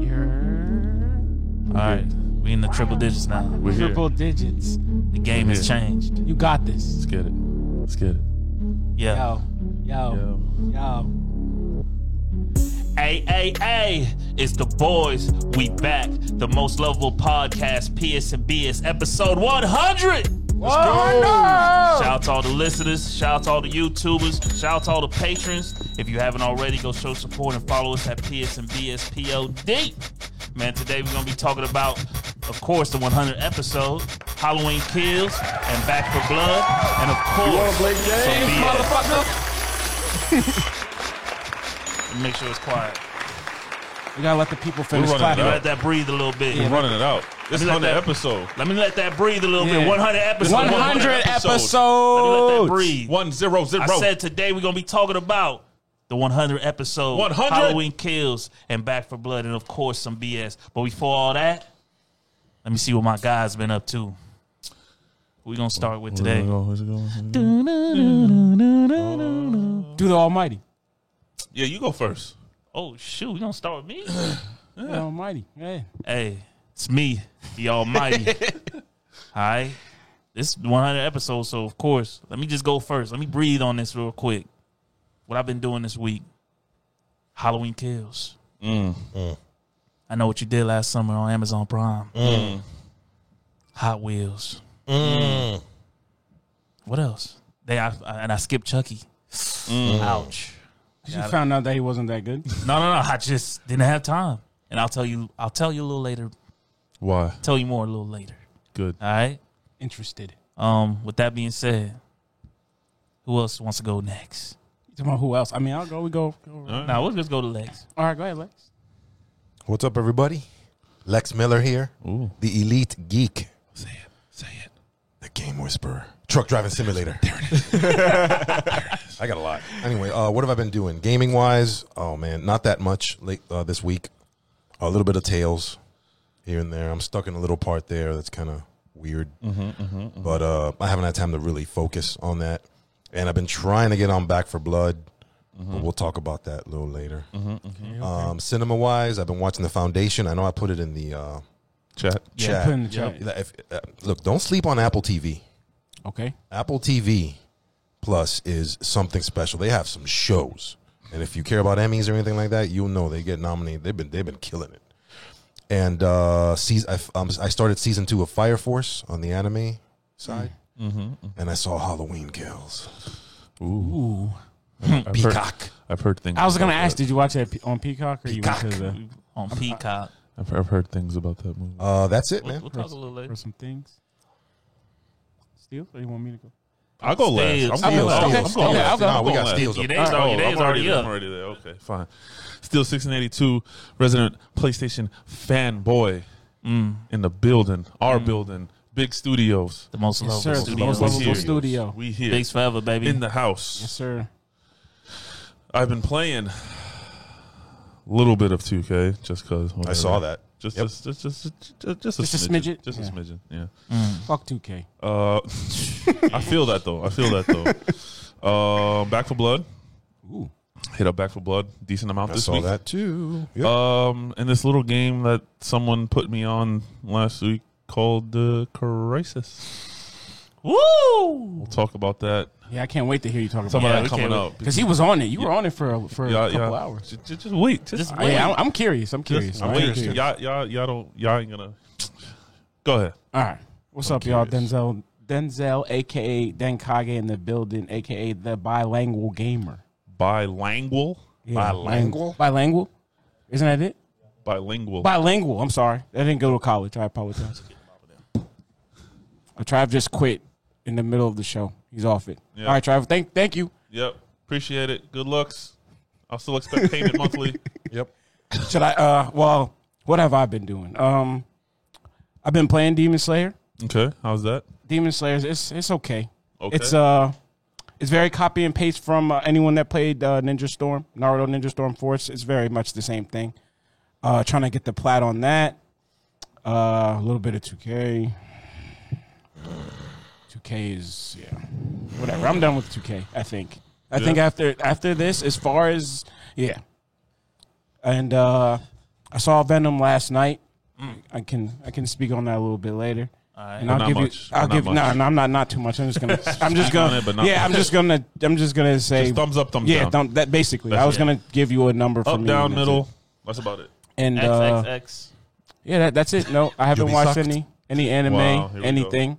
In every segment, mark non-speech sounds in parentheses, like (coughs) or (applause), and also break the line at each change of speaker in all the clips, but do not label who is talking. You're
All right, we in the triple digits now.
We're here.
triple digits.
The game has
Yeah.
changed.
You got this.
Let's get it. Let's get it.
Yeah.
Yo, yo, yo.
Yo.
Hey, hey, hey, it's the boys. We back. The most lovable podcast, PS and BS, episode 100. Shout out to all the listeners. Shout out to all the YouTubers. Shout out to all the patrons. If you haven't already, go show support and follow us at PSNBSPOD. Man, today we're going to be talking about, of course, the 100 episode, Halloween Kills, and Back for Blood, and of course, some BS. Make sure it's quiet.
We gotta let the people finish
running
clapping.
it
Let that breathe a little bit.
We're running it out. This
Let me
is
let
on the
that-
episode.
Let me let that breathe a little
Yeah.
bit. 100 episodes.
100
Let me let that
episodes.
breathe.
One zero zero.
I said today we're gonna be talking about the 100 episode,
100?
Halloween kills, and Back for Blood, and of course some BS. But before all that, let me see what my guys been up to. We're gonna start with today.
Do the Almighty.
Yeah, you go first.
Oh shoot, we gonna start with me?
Do The Almighty. Yeah.
hey, it's me, the Almighty. Hi, this 100 episodes, so of course, let me just go first. Let me breathe on this real quick. What I've been doing this week, Halloween kills. I know what you did last summer on Amazon Prime. Hot Wheels. What else? They I, I- and I skipped Chucky. Ouch.
She found out that he wasn't that good.
No, no, no. I just didn't have time. And I'll tell you. I'll tell you a little later.
Why?
Tell you more a little later.
Good.
All right.
Interested.
Um, with that being said, who else wants to go next?
You talking about who else? I mean, I'll go. We go. go.
All right.
Now we'll just go to Lex.
All right, go ahead, Lex.
What's up, everybody? Lex Miller here,
Ooh.
the elite geek,
Say it. Say it.
the game whisperer, truck driving simulator. (laughs) There it is. I got a lot. Anyway, uh, what have I been doing? Gaming wise, oh man, not that much late uh, this week. A little bit of Tails here and there. I'm stuck in a little part there that's kind of weird, but uh, I haven't had time to really focus on that. And I've been trying to get on Back for Blood, but we'll talk about that a little later. Um, cinema wise, I've been watching The Foundation. I know I put it in the. Uh,
Chat.
Yeah,
chat.
put in the chat.
Yeah, if- uh, look, don't sleep on Apple TV.
Okay.
Apple TV Plus is something special. They have some shows, and if you care about Emmys or anything like that, you'll know they get nominated. They've been they've been killing it. And uh, season, I, f- um, I started season two of Fire Force on the anime side,
Mm.
and I saw Halloween Kills.
Ooh.
I've heard,
Peacock.
I've heard things.
I was gonna
about
ask,
that.
did you watch that pe- on Peacock or you went to the
on Peacock.
I've, I've heard things about that movie.
Uh, that's it,
We'll,
man.
we'll talk a little later.
for some things? Steal? Or you want me to go?
I'll go last.
Steals.
I'm going last.
Steals. Okay.
I'm going
Okay,
last.
I'll go.
Nah,
We got
last.
steals.
Your
up.
days,
Oh,
are, your
I'm
days already
already there.
up.
I'm already there. Okay, fine. Still 1682, resident PlayStation fanboy
Mm,
in the building, our building, big studios.
The most
Yes,
lovable
sir. The most
studios.
lovable
here.
studio.
We here
Bigs forever, baby.
in the house.
Yes, sir.
I've been playing a little bit of 2K just because
I saw that.
Just,
Yep.
just, just, just, just, just a
Just a
smidgen.
smidget?
Just
Yeah.
a smidgen. Yeah.
Fuck 2K.
Uh, (laughs) I feel that though. I feel that though. um, Back for Blood.
Ooh.
Hit up Back for Blood. Decent amount
I
this
saw
week.
that too. Yep.
Um, and this little game that someone put me on last week called the Crisis.
Woo!
We'll talk about that.
Yeah, I can't wait to hear you talk
Some
about
Yeah, we
of that coming
can't
up.
it. Because he was on it. You were on it for a, for a
Y'all-
couple
y'all-
hours.
ju- ju- Just, wait. Just,
Just
wait.
Yeah, I'm, I'm curious. I'm curious.
Just
I'm
wait.
curious.
Y'all, y'all, y'all don't. Y'all ain't gonna. Go ahead.
All right. What's up, y'all?
curious.
Denzel, Denzel, aka Denkage in the building, aka the bilingual gamer.
Bilingual.
Yeah,
Bilingual?
Bilingual? Isn't that it?
Bilingual.
Bilingual. I'm sorry. I didn't go to college. I apologize. Uh, Trav just quit in the middle of the show. He's off it.
Yeah.
All right, Trav. Thank thank you.
yep. Appreciate it. Good looks. I'll still expect payment
(laughs)
monthly.
yep.
Should I uh well, what have I been doing? Um I've been playing Demon Slayer.
Okay. How's that?
Demon Slayers, it's it's okay.
Okay.
It's uh, it's very copy and paste from uh, anyone that played uh, Ninja Storm, Naruto Ninja Storm Force. It's very much the same thing. Uh, trying to get the plat on that. Uh, a little bit of 2K. 2K is yeah, whatever. I'm done with 2K. I think. I think after after this, as far as yeah, And uh, I saw Venom last night.
Mm.
I can I can speak on that a little bit later.
Alright.
And
But
I'll
not
give
much.
you. I'll
But not
give. No,
much.
no, I'm not. Not too much. I'm
(laughs)
just gonna. I'm just
Speak on
gonna.
it, but not
yeah,
much.
I'm just gonna. I'm just gonna say.
Just thumbs up, thumbs
yeah,
down.
thumb- that basically. I was
it.
gonna give you a number for
Up,
me.
down,
and that's
middle.
it.
That's about it.
And
X,
uh,
X, X.
yeah, that, that's it. No, I haven't
be
watched
sucked.
any any anime,
Wow, here we go.
anything.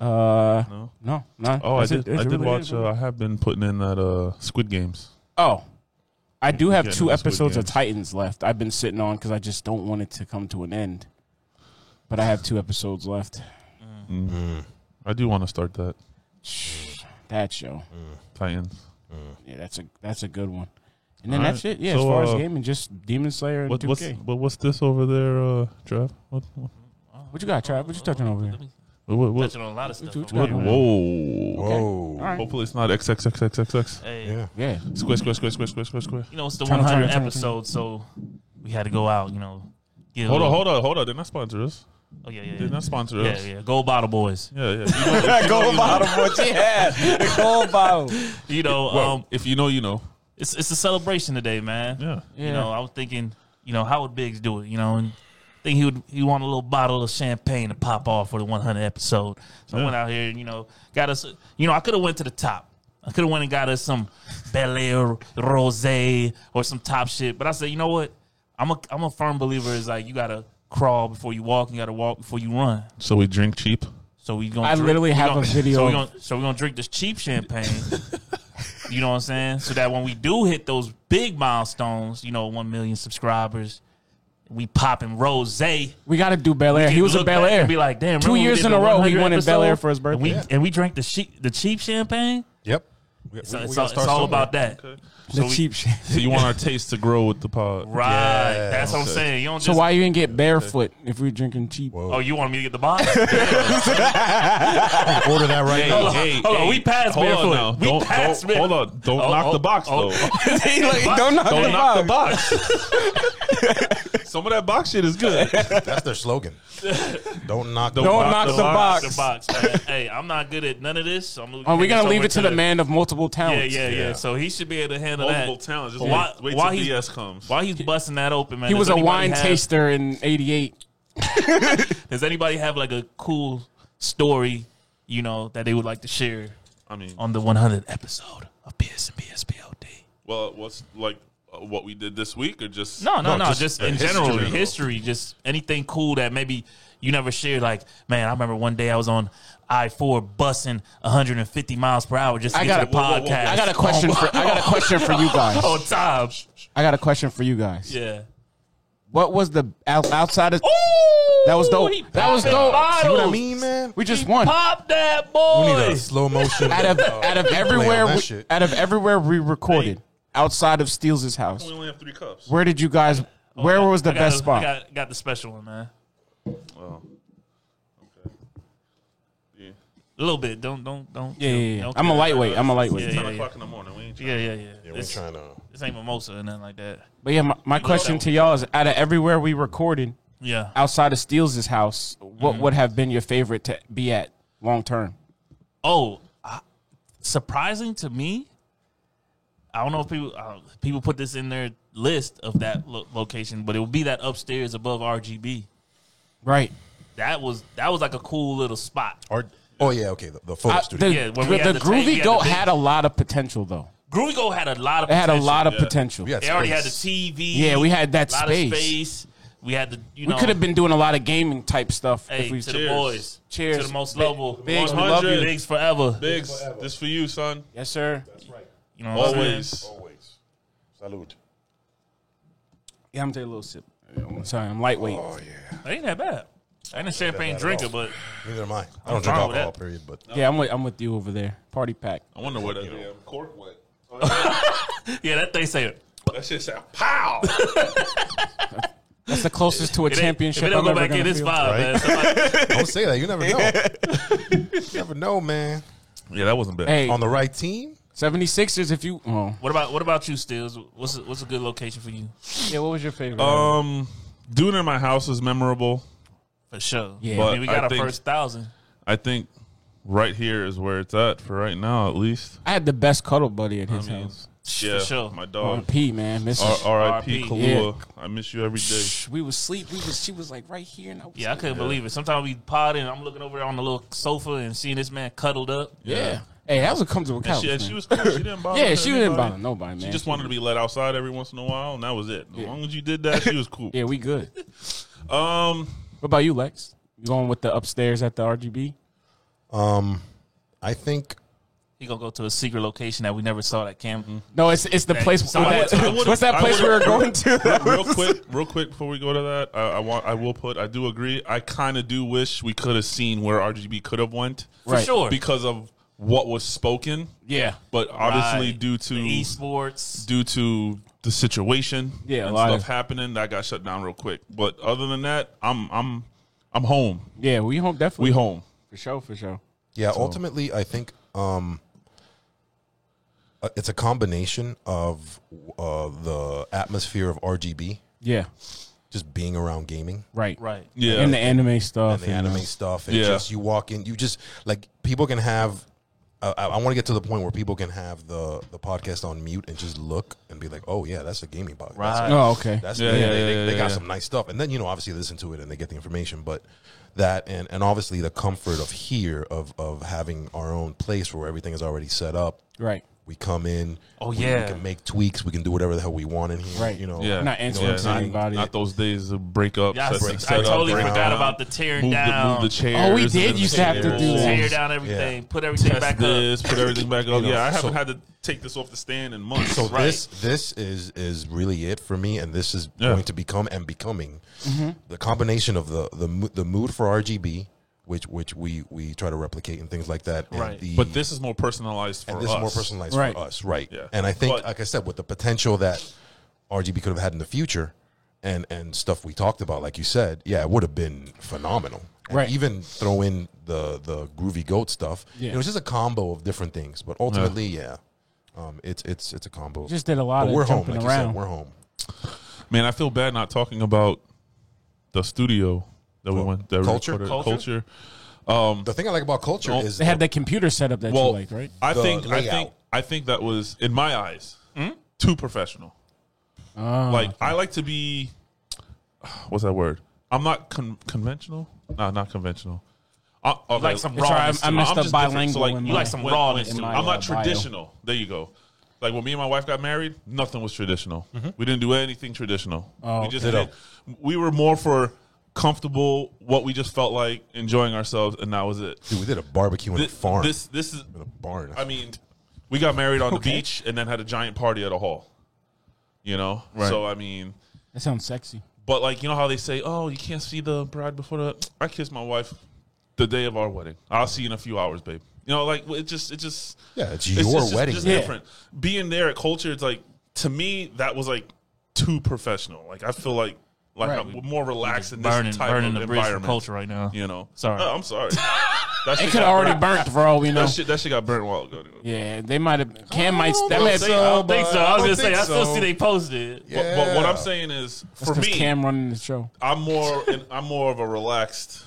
Uh,
No.
no, no.
Oh, I
that's it.
did.
That's
I did
really it.
watch. Uh, I have been putting in that uh, Squid Games.
Oh, I do have
Getting
two
into Squid
episodes of
Games.
Titans left. I've been sitting on because I just don't want it to come to an end. But I have two episodes left.
Mm.
Mm.
I do want to start that
That show,
Titans.
yeah, that's a that's a good one. And then
All
that's
right.
it. Yeah, as
So,
far as
uh,
gaming, just Demon Slayer and
What,
two
what's
K.
but what's this over there, uh, Trav? What, what,
What you got, Trav? What you touching over here?
Let me
what, what,
touch on a lot of stuff.
What you
I'm
what-
got?
like,
Whoa!
Whoa.
All
(laughs)
right.
Hopefully it's not XXXXXX.
Hey,
Yeah.
(laughs)
Yeah,
Square, square, square, square, square, square, square.
you know it's the
Turn, turn,
100
turn, turn.
episode, so we had to go out. You know, get a
Hold on,
little-
hold on, hold on. They're not sponsor us.
Oh yeah, yeah, yeah.
They're not sponsor
Yeah,
us.
yeah. Gold bottle boys.
Yeah, yeah. If you know-
gold bottom. What you have? (laughs) Gold bottom.
You
(laughs)
know, um,
if you know,
(laughs)
you know.
it's it's a celebration today, man.
Yeah.
You know, I was thinking, you know, how would Biggs do it? You know, and think he would he want a little bottle of champagne to pop off for the 100 episode. So I went out here and you know got us. You know, I could have went to the top. I could have went and got us some Bel Air Rosé or some top shit. But I said, you know what? I'm a I'm a firm believer. Is like you gotta crawl before you walk. You gotta walk before you run.
So we drink cheap.
So we gonna.
I
drink-
literally
we
have
gonna-
a video
(laughs) So we
of-
gonna, so we gonna drink this cheap champagne. you know what I'm saying? So that when we do hit those big milestones, you know, one million subscribers, we popping rose.
We got to do Bel Air. He was a Bel Air.
Be like, damn.
Two
remember we
years
did
in
the
a row, he
100
won in Bel Air
episode?
for his birthday.
And we
Yeah.
and we drank the cheap the cheap champagne.
Yep. We-
So
we- we
it's,
gotta
all, it's
start
all
somewhere.
about that.
the
So we-
cheap shit.
So you
(laughs)
want our taste to grow with the pod.
Right.
Yeah,
That's what I'm
okay.
saying. You don't just.
So why you didn't get barefoot if we're drinking cheap?
Oh, you want me to get
(laughs)
the box?
Order that right now.
hey,
hold on, we passed
hold
barefoot.
On now.
We
don't,
passed
don't, hold on. Don't knock
oh,
the box
oh.
though.
(laughs)
don't knock
don't
the
knock the
box.
box. Some of that box shit is good.
That's their slogan. Don't knock.
Don't
the
Don't
box.
knock
the
the
box.
box.
the box, man. Hey, I'm not good at none of this. So I'm gonna
Are Oh, we
hand
gonna
this
leave
over
it to the man of multiple
Yeah,
talents?
yeah, yeah,
Yeah.
So he should be able to handle
Multiple
that.
talents. Just
But why-
wait, wait
why
till
he's-
BS comes.
While he's busting that open, man.
He
does
was a
anybody
wine
have-
taster in '88.
Does anybody have like a cool story, you know, that they would like to share
I mean,
on the 100th episode of PS and PSPOD?
well, what's like uh, what we did this week, or just
No, no, no.
No,
Just,
just
in
history.
general, history. Just anything cool that maybe you never shared. Like, man, I remember one day I was on I four bussing 150 miles per hour just to
I
get
got
to
a-
the
whoa, whoa,
podcast.
whoa.
I got a question for I got a question for you guys.
on time.
I got a question for you guys.
Oh, Yeah. Oh,
What was the out- outside of
That
That was dope. That was dope.
See what I mean, man?
we just won?
Pop that
We need
boy.
a
(laughs)
slow motion.
Out of
uh,
out of
replay
everywhere
on that
we,
shit.
out of everywhere we recorded outside of Steels' house.
We only have three cups.
Where did you guys? Where was the
Oh, I got
best
a- I
spot?
got, got the special one, man.
Yeah.
A little bit. Don't don't don't.
yeah, yeah, yeah.
don't
I'm a
care.
lightweight. I'm a
Yeah,
lightweight.
yeah,
Nine
yeah.
o'clock in the morning. We ain't trying
Yeah, yeah, yeah.
Yeah, we're
this,
trying to.
this ain't mimosa or nothing like that.
But yeah, my, my question to y'all is: out of everywhere we recorded
Yeah.
outside of Steels' house, what
Mm-hmm.
would have been your favorite to be at long term?
Oh, I- surprising to me. I don't know if people uh, people put this in their list of that lo- location, but it would be that upstairs above RGB.
Right.
That was that was like a cool little spot.
Or, oh yeah, okay. The, the photo
I-
studio.
the
Yeah, when we
the-
had
the
the tape, we
groovy
had
goat
the big-
had a lot of potential, though.
Groovy Go had a lot of
It had a
potential.
lot of
Yeah.
potential.
We had
They already had the
space.
TV.
Yeah, we had that
a lot
space.
of space. We had the
We
you know
could have been doing a lot of gaming type stuff
hey,
if we
to
cheers.
the boys.
Cheers.
to the most level.
Biggs, we
100.
love you.
Bigs forever.
Biggs, this for you, son.
Yes, sir.
You know what I'm saying?
Always.
Always. Salute.
Yeah, I'm gonna take a little sip. I'm sorry, I'm lightweight.
Oh yeah.
That ain't that bad. I ain't a champagne
bad at
drinker,
all.
but
Neither am I. I don't drink
fine with
alcohol.
that.
Period. But
Yeah, I'm with, I'm with you over there. Party pack.
I wonder where that damn cork went.
yeah, that thing say it.
That shit said
(laughs)
pow.
That's the closest to a
It ain't-
championship.
If it don't
I'm ever
go back in,
gonna
it's
feel.
five,
Right?
man. Somebody-
don't say that. You never know. you never know, man.
yeah, that wasn't bad.
Hey,
On the right team.
76ers, if you. Oh,
what about what about you, Stills? What's a, what's a good location for you?
yeah, what was your favorite?
Uh,
Um, doing it in my house is memorable.
For sure.
Yeah.
I mean, we
But
got
I
our
think-
first thousand.
I think right here is where it's at for right now, at least.
I had the best cuddle buddy at his house.
for sure.
My
Oh,
dog.
P man, miss.
uh,
R- R.I.P.
R.I.P.
Kalua. I miss you every day.
Shh, we was sleep. We was. She was like right here, and I was
Yeah, I couldn't believe it. Sometimes we pod and I'm looking over on the little sofa and seeing this man cuddled up.
yeah. Hey, that was a comfortable
And
couch.
she, and she
man.
was cool. She didn't bother.
yeah, she didn't
anybody.
bother nobody, man.
She just wanted to be let outside every once in a while, and that was it. As long as you did that, she was (laughs) cool.
Yeah, we good. What
Um,
about you, Lex? You going with the upstairs at the RGB?
I think
He gonna go to a secret location that we never saw that Cam.
No, it's it's the place.
somebody-
what-
I would've-
what's that
I
place we were
would've-
going
(laughs)
to?
real quick, real quick before we go to that, I, I want I will put I do agree. I kind of do wish we could have seen where RGB could have went
For
Right.
sure.
because of what was spoken,
yeah,
but obviously
Right.
due to
The esports.
due to the situation,
Yeah, a
and
lot
stuff
of-
happening that got shut down real quick. But other than that, I'm I'm I'm home.
yeah. We home definitely
We home.
for sure, for sure.
Yeah, ultimately, I think um, uh, it's a combination of uh, the atmosphere of RGB,
Yeah,
just being around gaming
right,
Right.
Yeah,
And the anime stuff. uh,
and the anime stuff. And
Yeah.
just you walk in, you just like people can have. I I want to get to the point where people can have the the podcast on mute and just look and be like, "Oh yeah, that's a gaming podcast. That's
Right.
Oh, okay.
That's
Yeah,
they,
yeah,
they-
yeah,
they-
yeah,
they got
yeah.
some nice stuff, and then you know obviously listen to it and they get the information. But that and and obviously the comfort of here of of having our own place where everything is already set up.
Right.
We come in.
Oh,
we-
yeah.
we can make tweaks. We can do whatever the hell we want in here.
Right.
You know.
yeah,
Not answering
Yeah,
to
not,
anybody.
Not those days of break up.
Yeah, I,
set-
I
set up,
totally
break
forgot
down,
about the tearing
move
down.
The, move the chairs.
Oh, we
and
did
the
used to have to do
tables.
that.
tear down everything. Put everything
test
back up.
this, put everything back up.
know,
yeah, I haven't
so-
had to take this off the stand in months.
So
Right.
this this is is really it for me, and this is
Yeah.
going to become and becoming the combination of the the mo- the mood for RGB, which which we we try to replicate and things like that. and
Right.
the-
but this is more personalized for
and this
us.
is more personalized
Right.
for us, right?
Yeah.
And I think,
But-
like I said, with the potential that RGB could have had in the future, and and stuff we talked about, like you said, yeah, it would have been phenomenal. And
Right.
Even throw in the the groovy goat stuff.
Yeah.
It was just a combo of different things, but ultimately, yeah, um, it's it's it's a combo.
Just did a lot
but
of
we're home,
jumping
like you
around.
said, we're home.
Man, I feel bad not talking about the studio that we
Well,
went. That we
culture?
recorded-
Culture?
culture.
The thing I like about culture
Well,
is
they had that computer set up that you
Well,
like, right?
I
The
think I think
layout.
I think that was in my eyes
Hmm?
too professional.
Ah.
like I like to be, (sighs) what's that word? I'm not con- conventional. No, not conventional. I, okay.
Like some
Sorry, I,
rawness.
I
to it.
messed
I'm
up
just different.
bilingual.
So, like,
in
you
my-
like some
When-
rawness
when-
to it.
my,
I'm not
uh, bio.
traditional. There you go. Like when me and my wife got married, nothing was traditional. We didn't do anything traditional.
Mm-hmm. Oh,
we just
okay.
did, we were more for comfortable, what we just felt like, enjoying ourselves, and that was it.
dude, we did a barbecue in
Thi-
a farm.
This this is
in a barn.
I mean, we got married on the beach and then had a giant party at a hall. You know? So I mean
That sounds
(laughs)
sexy.
but like you know how they say, Oh, you can't see the bride before the I kissed my wife the day of our wedding. I'll see you in a few hours, babe. You know, like it just it just
yeah, it's
it's
your
just-
wedding.
Just
man.
different. Being there at culture, it's like to me that was like too professional. Like I feel like like
Right.
I'm more relaxed in this
Burning,
type
burning
of
the bridge for
environment.
culture right now.
You know,
Sorry.
No, I'm sorry. That
It
shit
could
got
already
burnt.
burnt for all we know.
That shit, that shit got burnt a while ago. dude.
Yeah, they might have. Cam might. That oh,
don't
might
think so,
I don't think so. I was
don't
gonna say
think
I still
so.
see they posted. it.
But, but what
Yeah.
I'm saying is, for
because
me,
Cam running the show.
I'm more in, I'm more of a relaxed,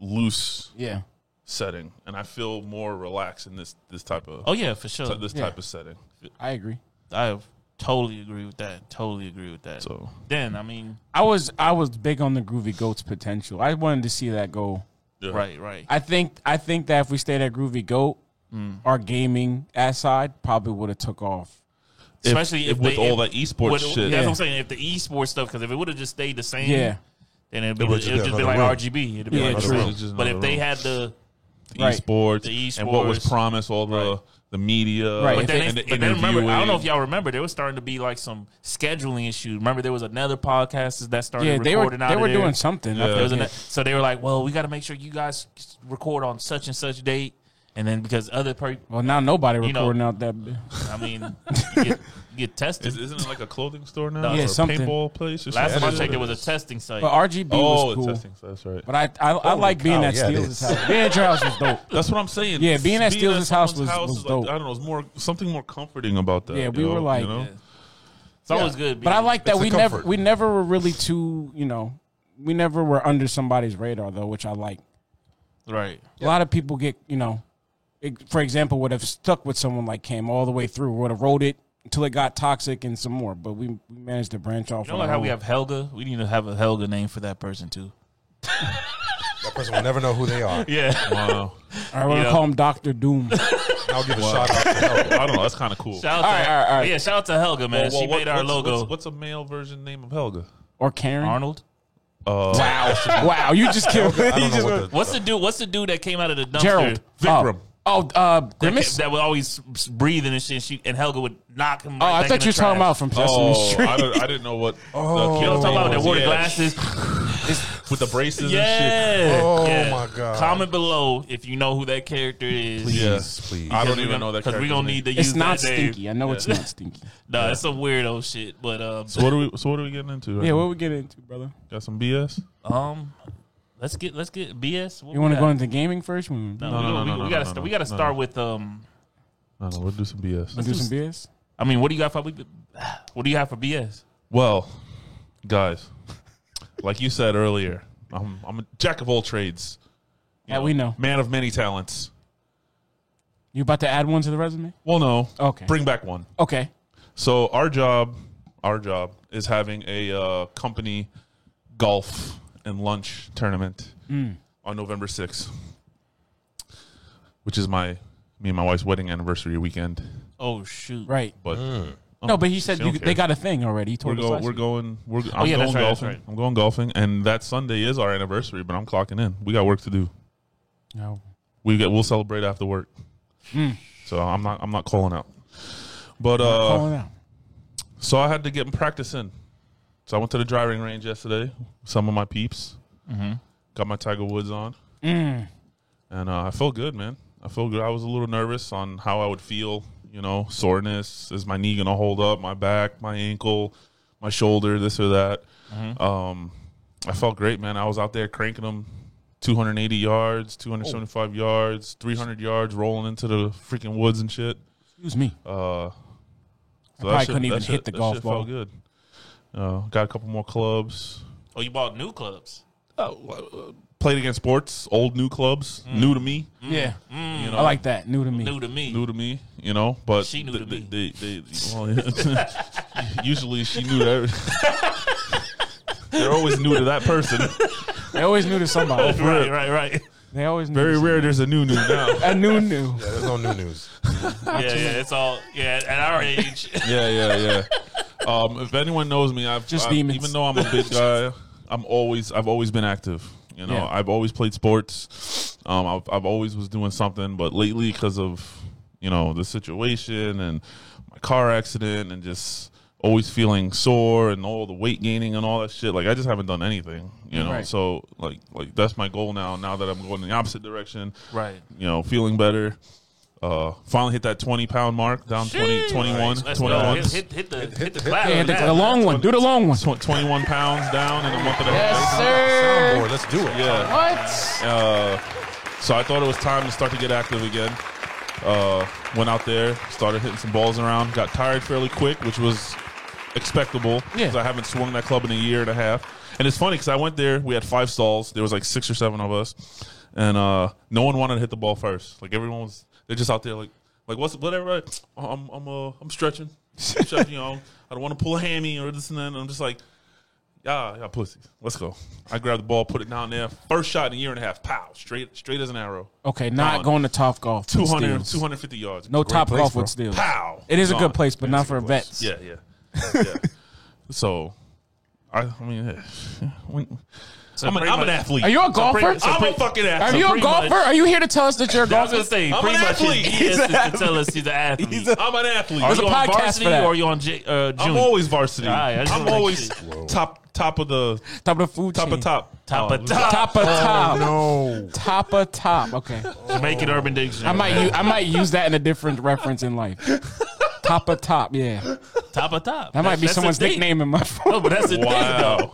loose
Yeah.
setting, and I feel more relaxed in this this type of
Oh yeah, for sure.
this
Yeah.
type of setting.
I agree.
I totally agree with that. Totally agree with that.
So
then I mean,
I was I was big on the groovy goats potential. I wanted to see that go.
yeah.
right, right.
I think I think that if we stayed at groovy goat, our gaming aside probably would have took off.
Especially if they-
with all
if-
that esports
What-
shit.
That's what I'm saying. If the esports stuff, because if it would have just stayed the same,
Yeah,
then it'd be, it would
It would've
just,
just
be
been
like
another
RGB. It'd be
Yeah,
like
true.
room.
It's just
But if
another
they
room.
had the
Right.
esports,
The
and what was
esports.
promised, all the the media,
Right.
But
If
then,
it-
they-
and the
but then remember, I don't know
interviewing.
if y'all remember, there was starting to be like some scheduling issue. Remember, there was another podcast that started
yeah, they were
recording out
they
of
were
there.
doing something. I
Yeah.
There was an-
forget.
so they were like, well, we got to make sure you guys record on such and such date. And then because other per,
well, now nobody
You know-
recording out that. (laughs)
I mean, you get, you get tested.
Is, isn't it like a clothing store now?
No.
or
Yeah,
a
something.
paintball place. Or
Last
something?
time I
Yeah.
checked, it was a testing site.
But RGB
Oh,
was
it's
cool.
testing. so That's right.
But I I, I like being
cow,
at
yeah, it
Steelers'
is.
house. Being at your house was dope.
That's what I'm saying.
Yeah, being at Steel's house
someone's
was- was
is
dope.
Like, I don't know. It's more something more comforting about that.
Yeah, we
yo,
were like-
you know?
it's always good.
But I like that
It's a
we never
comfort.
we never were really too you know we never were under somebody's radar though, which I like.
right.
A lot of people get you know it, for example, would have stuck with someone like Cam all the way through. Would have rode it until it got toxic and some more. But we, we managed to branch off.
You know,
on
like
our
how we
own.
have Helga. We need to have a Helga name for that person too.
That person will never know who
(laughs)
they are.
Yeah.
Wow.
I want to
you know.
call him Doctor Doom.
I'll give a shout out. to
(laughs) I
Helga.
don't know. That's kind of cool.
Shout
(laughs)
out
All
to
right, all right, all right.
Yeah, shout out to Helga, man.
Well, well,
she
what-
made our
what's-
logo.
What's, what's a male version name of Helga?
or Karen.
Arnold.
Uh,
Wow, you just killed. (laughs)
I
you
don't
just
know
went-
what the,
What's the dude? What's the dude that came out of the dumpster?
Gerald.
Vikram.
Oh, oh uh,
That,
Grimace.
that would always s- breathing and shit. She and Helga would knock him.
oh,
right
I
back in
thought
the
you were talking
trash.
about from Sesame
oh,
Street.
I, don't, I didn't know what.
Oh.
the
You know, what I'm talking about that wore the
Yeah,
glasses.
with the braces and shit.
Yeah.
Oh,
Yeah.
my God.
Comment below if you know who that character is.
Please,
Yeah.
please.
I
Because
don't
we
even
gonna-
know that
because we
character's
gonna
name.
need to
(laughs)
use
it's not
that name.
stinky. I know it's not stinky.
Nah, it's some weirdo shit. But um,
So what are we? So what are we getting into? Right
Yeah,
now?
what we get into, brother?
got some BS.
um, let's get let's get BS. What
You
we
want to
got?
go into gaming first? No.
No,
No,
we,
no,
gonna-
no,
we,
no,
we
no,
gotta
no,
st-
no,
we gotta
no.
start with um.
No, no, we'll do some BS.
Let's do some BS.
I mean, what do you got for we- what do you have for BS?
Well, guys, like you said earlier, I'm I'm a jack of all trades,
Yeah, we know.
man of many talents.
You about to add one to the resume?
Well, no,
Okay.
bring back one.
Okay.
So our job, our job is having a uh, company golf and lunch tournament on November sixth, which is my me and my wife's wedding anniversary weekend.
Oh shoot!
Right.
But
Mm.
Hmm.
No, but he said
Oh, she
you,
don't
they
care.
got a thing already. He
we're
told us
going.
last
We're
week.
going. We're, I'm
Oh, yeah, that's
going
right, that's
golfing.
right.
I'm going golfing, and that Sunday is our anniversary. But I'm clocking in. We got work to do.
No.
we get we'll celebrate after work. So I'm not I'm not calling out. But
Calling
uh,
out.
so I had to get practice in. So I went to the driving range yesterday. with Some of my peeps got my Tiger Woods on,
Mm.
and uh, I felt good, man. I felt good. I was a little nervous on how I would feel. You know, soreness is my knee gonna hold up? My back, my ankle, my shoulder, this or that.
Mm-hmm.
Um, I felt great, man. I was out there cranking them 280 yards, 275 yards, 300 yards, rolling into the freaking woods and shit.
Excuse me.
Uh, so
probably couldn't even hit the
that
golf
shit
ball.
Felt good. Uh, got a couple more clubs.
Oh, you bought new clubs.
Uh, played against sports, old new clubs,
Mm.
new to me,
yeah.
Mm, you know,
I like that. New to me.
New to me.
new to me, you know. But
She new to
they-
me.
They, they, (laughs) well, Oh, yeah. (laughs) usually she knew that. (laughs) They're always new to that person.
They always knew to somebody.
(laughs)
right,
(laughs)
right, right.
They always knew.
Very
to
rare. There's a new new now.
somebody. A new new.
yeah, there's no new
(laughs)
news.
yeah, yeah. It's all yeah. At our age, (laughs)
Yeah, yeah, yeah. Um, if anyone knows me, I've
Just
I've-
demons.
Even though I'm a
(laughs)
big guy, I'm always I've always been active. You know,
Yeah.
I've always played sports. Um, I've I've always was doing something, but lately because of you know the situation and my car accident and just always feeling sore and all the weight gaining and all that shit, like I just haven't done anything. You know,
Right.
so like like that's my goal now. Now that I'm going in the opposite direction,
right?
you know, feeling better. Uh, finally hit that 20 pound mark down 20, 21,
Let's
21.
go. Hit, hit, hit the hit the clap.
Yeah, the, the long one. Do the long one.
(laughs) Tw- 21 pounds down in a month and a half.
sir.
Boy, let's do it.
Yeah.
What?
Uh, so I thought it was time to start to get active again. Uh, went out there, started hitting some balls around, got tired fairly quick, which was expectable because
Yeah.
I haven't swung that club in a year and a half. And it's funny because I went there, we had five stalls, there was like six or seven of us, and uh, no one wanted to hit the ball first. Like everyone was, they're just out there like, like what's whatever? I'm I'm uh, I'm stretching, I'm stretching, you know, I don't want to pull a hammy or this and that. And I'm just like, yeah, yeah, pussies. Let's go. I grabbed the ball, put it down there. First shot in a year and a half. Pow, straight, straight as an arrow.
Okay, not
Gone.
going to Top Golf. with
200,
Oh, steals.
250 yards.
No Top
place,
Golf
bro.
with steals.
Pow.
It is a
Gone.
good place, but
Yeah,
not
it's a
for
good
vets.
Yeah, yeah,
(laughs)
yeah. so, I, I mean, eh, (laughs) when, I'm, an,
pretty
I'm an
much-
athlete.
Are you (laughs) a golfer?
I'm a fucking
Are
athlete.
you a
pretty
golfer?
much-
Are you here to tell us that you're a
I
golfer?
was gonna say,
I'm
pretty
an
much his
athlete.
BS
He's
is to tell us he's an athlete.
I'm an athlete.
are
a
you on
podcast for
varsity
that.
or are you on J, uh, junior?
I'm always varsity.
All right, I just
I'm
wanna make
always top, top of the
Top of the food
top
chain.
of top.
top
Oh,
of top.
(laughs) Top of top.
No.
Top of top. Okay.
Jamaican Urban Dictionary.
I might use, I might use that in a different reference in life. Top of top. Yeah. That
top of top.
might be
That's a
someone's
thing.
nickname in my phone.
No, but that's the
(laughs)
thing,
Wow.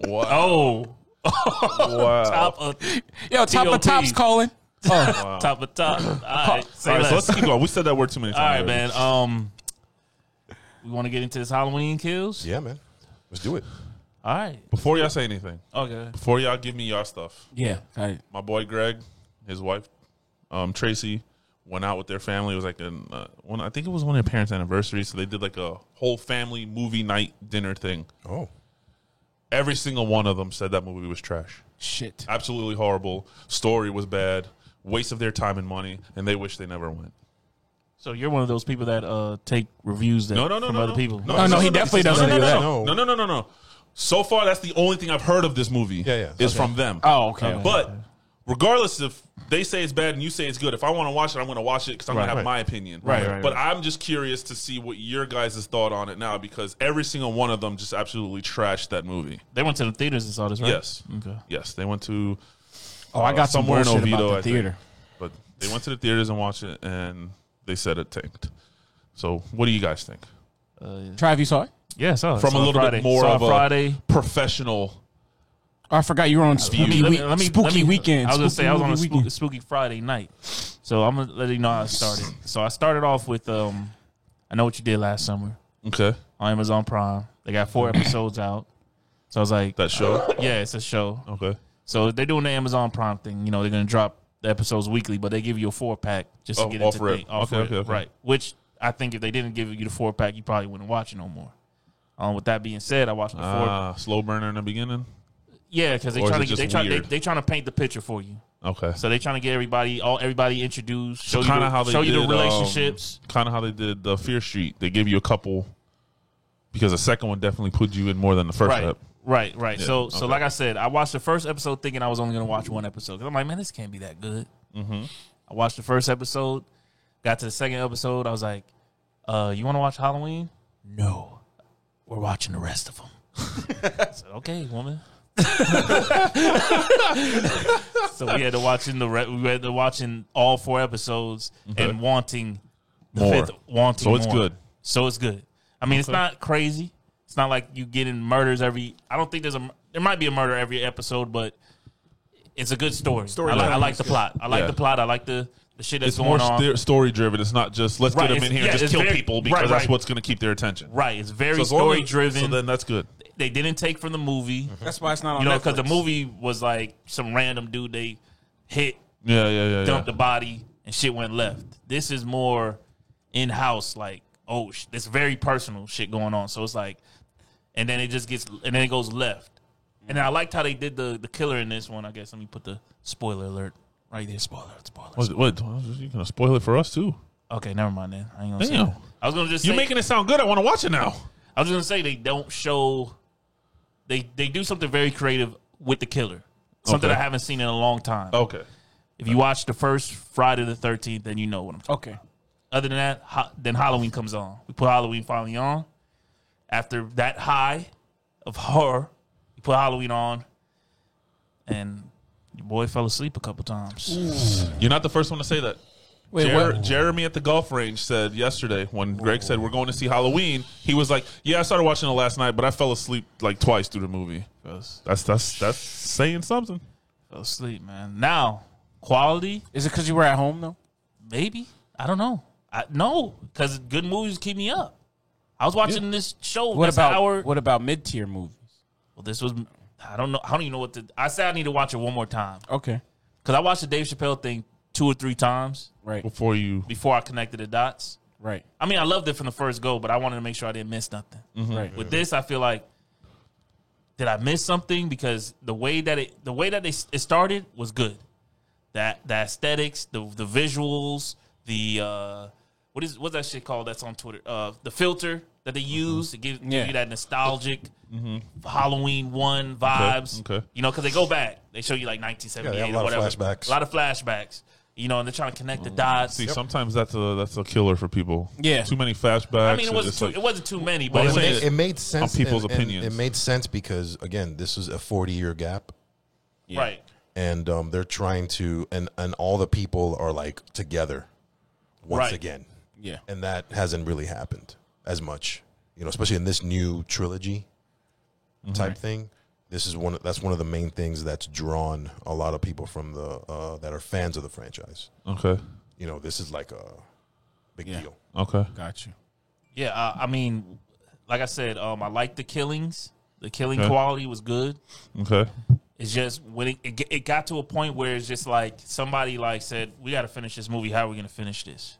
though. (laughs) Oh,
wow.
top of
Yo, top of
T.O.P..
top's calling. Oh,
top of
(laughs)
top. All right, say
All right,
less.
so let's keep going. We said that word too many times.
All right,
already.
man. Um, we want to get into this Halloween kills.
Yeah, man. Let's do it.
All right.
Before y'all say anything,
Okay.
before y'all give me y'all stuff,
yeah. All right.
my boy Greg, his wife, um, Tracy, went out with their family. It was like an uh, one. I think it was one of their parents' anniversary, so they did like a whole family movie night dinner thing.
Oh,
Every single one of them said that movie was trash,
Shit.
uh,
absolutely horrible. Story was bad, waste of their time and money, and they wish they never went.
So you're one of those people that uh, take reviews that
No, no, no,
from
no,
other
no.
people.
Oh, no, he definitely doesn't
no, no,
do that.
No, no, no, no, no, no. So far, that's the only thing I've heard of this movie.
Yeah, yeah.
Is from them.
Oh, okay.
But regardless if they say it's bad and you say it's good, if I want to watch it, I'm going to watch it because I'm going
Right.
to
Right.
have my opinion.
Right, right,
But I'm just curious to see what your guys' thought on it now because every single one of them just absolutely trashed that movie.
They went to the theaters and saw this, right?
Yes.
Okay.
Yes, they went to
oh, I
uh,
got some
somewhere in
bullshit
Oviedo,
about
I
the
think.
theater.
but they went to the theaters and watched it and they said it tanked. So, what do you guys think?
Uh,
Trav, you saw it?
yeah, I saw it.
From
Saw
a
it
little
Friday.
bit more
Saw it
of a
Friday.
professional
Oh, I forgot you were on spooky,
Let me-
Week-
let me-
spooky
let me-
weekend.
I was gonna say I was on a
Spooky
spook, spooky Friday night, so I'm gonna let you know how I started. So I started off with um, I know what you did last summer
Okay,
on Amazon Prime. They got
(clears throat)
four episodes out, so I was like,
that show.
(laughs)
yeah, it's a show.
Okay,
So they're doing the Amazon Prime thing. You know, they're gonna drop the episodes weekly, but they give you a four pack just to
Oh,
get
off
into
rip.
thing- off
Okay,
rip,
okay, okay.
right? Which I think if they didn't give you the four pack, you probably wouldn't watch it no more. Um, with that being said, I watched the four.
ah, slow burner in the beginning.
Yeah, because they
Or is
trying
it
to get- they
just
trying they,
weird?
they trying to paint the picture for you.
Okay,
So they trying to get everybody, all everybody introduced, show you,
kinda
the,
how they
show you the
did, um,
relationships.
kind of how they did the Fear Street. They give you a couple because the second one definitely put you in more than the first
right,
ep.
right, right.
Yeah,
so, so
okay.
like I said, I watched the first episode thinking I was only gonna watch one episode because I'm like, man, this can't be that good. Mm-hmm. I watched the first episode, got to the second episode, I was like, uh, you want to watch Halloween? No, we're watching the rest of them. (laughs) I said, okay, woman. (laughs) so we had to watching the re- we had to watching all four episodes and wanting the
More.
fifth wanting
So it's
more.
good.
So it's good. I mean, it's not crazy. It's not like you getting murders every. I don't think there's a. There might be a murder every episode, but it's a good story.
Story
I, like, I
line
like
is
the
good.
plot. I like
Yeah.
the plot. I like the the shit that's
It's more
going on.
story driven. It's not just let's
Right,
get them
it's-
in here
yeah,
and
it's
just kill
very-
people because
right,
that's
right.
what's going to keep their attention.
right. It's very
So as long as-
story driven.
So then that's good.
they didn't take from the movie.
That's why it's not Mm-hmm. on.
You know, because the
Netflix.
movie was like some random dude they hit,
Yeah, yeah, yeah.
dumped
yeah.
the body, and shit went left. This is more in house, like oh, sh- it's very personal shit going on. So it's like, and then it just gets, and then it goes left. And I liked how they did the the killer in this one. I guess let me put the spoiler alert right there. Spoiler, alert, spoiler. alert.
What, what, you're going to spoil it for us too.
Okay, never mind then. I ain't gonna say.
Damn.
that. I was gonna just
You're
say,
making it sound good. I want to watch it now.
I was gonna say they don't show. They they do something very creative with the killer. Something
Okay.
I haven't seen in a long time.
Okay.
If you watch the first Friday the Thirteenth, then you know what I'm. talking
Okay.
Other than that, ho- then Halloween comes on. We put Halloween finally on. After that high of horror, you put Halloween on, and your boy fell asleep a couple times.
You're not the first one to say that.
Wait,
Jer-
what?
Jeremy at the golf range said yesterday when Greg said we're going to see Halloween, he was like, "Yeah, I started watching it last night, but I fell asleep like twice through the movie." That's that's that's, that's saying something.
Fell asleep, man. Now quality,
Is it because you were at home though?
maybe I don't know. I no, because good movies keep me up. I was watching this show.
What
this
about
hour.
what about mid tier movies?
Well, this was. I don't know. I don't even know what to. I said I need to watch it one more time
Okay.
because I watched the Dave Chappelle thing two or three times
Right.
Before you,
before I connected the dots.
Right.
I mean, I loved it from the first go, but I wanted to make sure I didn't miss nothing.
Right.
With this, I feel like did I miss something because the way that it the way that they it started was good. That the aesthetics, the the visuals, the uh, what is what's that shit called? That's on Twitter. Uh, the filter that they use to give, give
Yeah.
you that nostalgic Halloween one vibes.
okay.
you know, because they go back, they show you like 1978
Yeah, they have a
or
lot of
whatever.
flashbacks.
A lot of flashbacks. You know, and they're trying to connect the dots.
see, sometimes that's a that's a killer for people.
Yeah.
too many flashbacks.
I mean, it wasn't
It's
too,
like-
it wasn't too many,
Well,
but it was,
I'm saying
it, it made sense.
people's
and- and
opinions.
it made sense because again, this is a forty-year gap,
right.
and um, they're trying to, and and all the people are like together once
Right.
again,
Yeah.
and that hasn't really happened as much, you know, especially in this new trilogy
Mm-hmm.
type thing. This is one. Of, that's one of the main things that's drawn a lot of people from the uh, that are fans of the franchise.
okay,
You know, this is like a big
Yeah.
deal.
okay.
Got you.
Yeah, uh, I mean, like I said, um, I like the killings. The killing
Okay.
quality was good.
Okay.
It's just when it, it, ge- it got to a point where it's just like somebody like said, "We got to finish this movie. How are we going to finish this?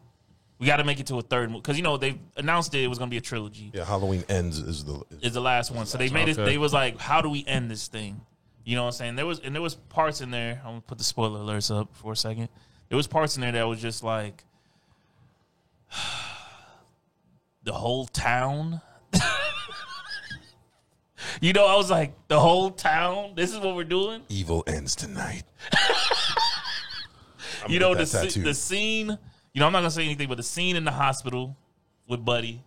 We got to make it to a third movie because you know they announced it, it was going to be a trilogy.
Yeah, Halloween ends is the. Is,
Is the last one. So they made it.
Okay.
They was like, "How do we end this thing?" You know what I'm saying? There was and there was parts in there. I'm gonna put the spoiler alerts up for a second. There was parts in there that was just like (sighs) the whole town. (laughs) you know, I was like, the whole town. This is what we're doing.
evil ends tonight. I'm
you
gonna
know the,
get that
sce-
tattoo.
the scene. You know, I'm not gonna say anything, but the scene in the hospital with Buddy.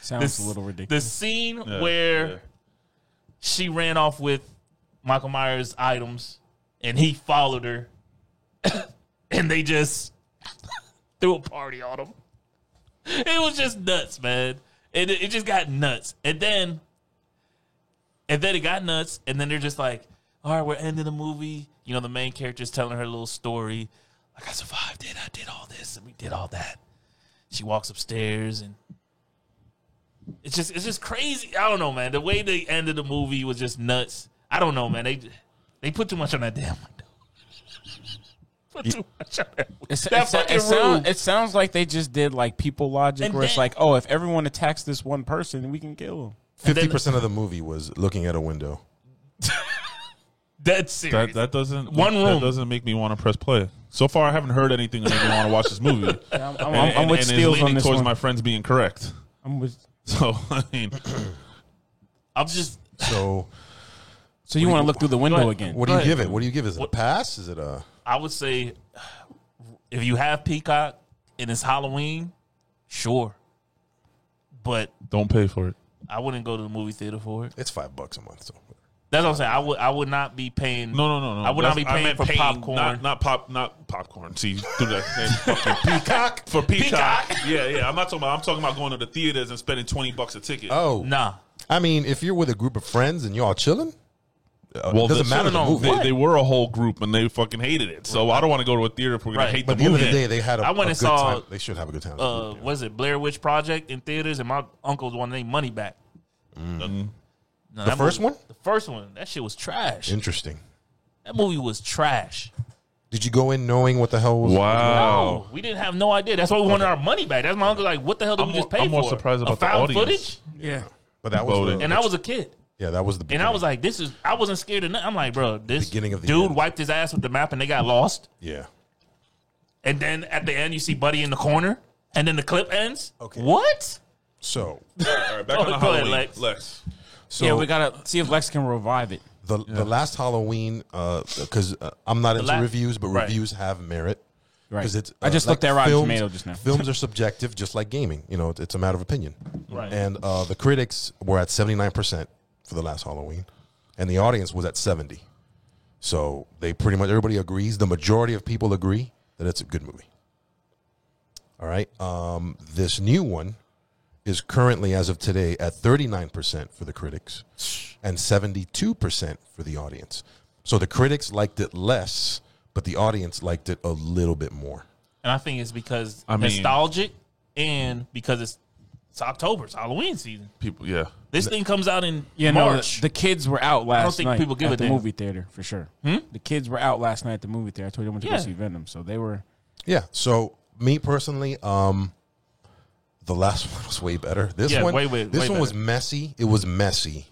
Sounds
The
a
s-
little ridiculous.
The scene
Yeah,
where
yeah.
she ran off with Michael Myers' items, and he followed her, (coughs) and they just (coughs) threw a party on him. It was just nuts, man. It it just got nuts, and then and then it got nuts, and then they're just like, "All right, we're ending the movie." You know, the main character's telling her little story, like, "I survived it. I did all this, and we did all that." She walks upstairs, and it's just it's just crazy. I don't know, man. The way they ended the movie was just nuts. I don't know, man. They they put too much on that damn window. (laughs) put too much on that. Window.
It's-
that
it's-
fucking
it,
room.
sound, it sounds like they just did like people logic,
And
where it's
then-
like, oh, if everyone attacks this one person, we can kill them.
And then-
Fifty percent of the movie was looking at a window.
Dead serious.
That that doesn't
One
That
room.
doesn't make me want to press play. So far, I haven't heard anything that made me want to watch this movie.
(laughs) I'm, I'm, I'm with
it's
Steels
leaning
on this
towards
one.
my friends being correct. (laughs)
I'm with.
So I mean,
I'm just
So,
So you want to look through the window
ahead.
again?
what do you
ahead.
give it? What do you give? it? Is it a
What-
pass? Is it a?
I would say if you have Peacock and it's Halloween, sure. But
don't pay for it.
I wouldn't go to the movie theater for it.
It's five bucks a month. So
That's what I'm saying. I would I would not be paying
No, no, no, no.
I would not be
That's-
paying
meant
for popcorn.
Not, not pop, not popcorn. See, do that same fucking peacock for peacock.
Peacock.
Yeah, yeah. I'm not talking about. I'm talking about going to the theaters and spending twenty bucks a ticket.
oh,
Nah.
I mean, if you're with a group of friends and y'all chilling, uh,
well,
it doesn't
the-
matter
no,
the
no,
movie.
They, they were a whole group and they fucking hated it. So I don't want to go to a theater if we're gonna
Right.
hate
but at
the
the end of
movie.
the day, they had a,
I
a
went
good
and saw,
time. They should have a good time.
Uh what is it, Blair Witch Project in theaters and my uncle's wanted their money back. No, that
first
movie-
one?
The first one. That shit was trash.
Interesting.
that movie was trash.
Did you go in knowing what the hell was?
wow.
No, we didn't have no idea. That's why we wanted our money back. That's my uncle. Like, what the hell did
I'm
we
more-
just pay
I'm
for?
more surprised
A
about the
found
audience.
footage.
Yeah.
But that was
Voted.
the,
And I was a kid,
yeah, that was the. Beginning.
and I was like, "This is." I wasn't scared of nothing. I'm like, "Bro, this
Beginning of the
dude
end.
wiped his ass with the map, and they got lost.
yeah.
And then at the end, you see Buddy in the corner, and then the clip ends.
Okay.
what?
So,
All right, back
Go
on the
ahead,
Halloween.
Lex.
Lex.
so
yeah, we gotta see if Lex can revive it.
the the last Halloween, because uh, I'm not into
la-
reviews, but
Right.
reviews have merit.
Right.
'Cause It's, uh,
I just looked at Rotten
films-
Tomato just now.
films are subjective, just like gaming. You know, it's, it's a matter of opinion.
Right.
And uh, the critics were at 79% for the last Halloween, and the audience was at 70. So they pretty much everybody agrees. The majority of people agree that it's a good movie. All right. Um, this new one is currently, as of today, at 39% for the critics and 72% for the audience. So the critics liked it less, but the audience liked it a little bit more.
And I think it's because
I mean-
nostalgic, and because it's it's October, it's Halloween season.
People, yeah.
This thing comes out in
Yeah, no,
March.
the, the kids were out last
think
night
people give
at
a
the
damn. Hmm?
movie theater for sure. The kids were out last night at the movie theater. I told you I went to
Yeah.
go see Venom, so they were.
Yeah. So me personally, um, the last (laughs) one was way better. This
Yeah,
one,
way, way-
this
way
one was
better.
messy. It
(clears throat)
was messy.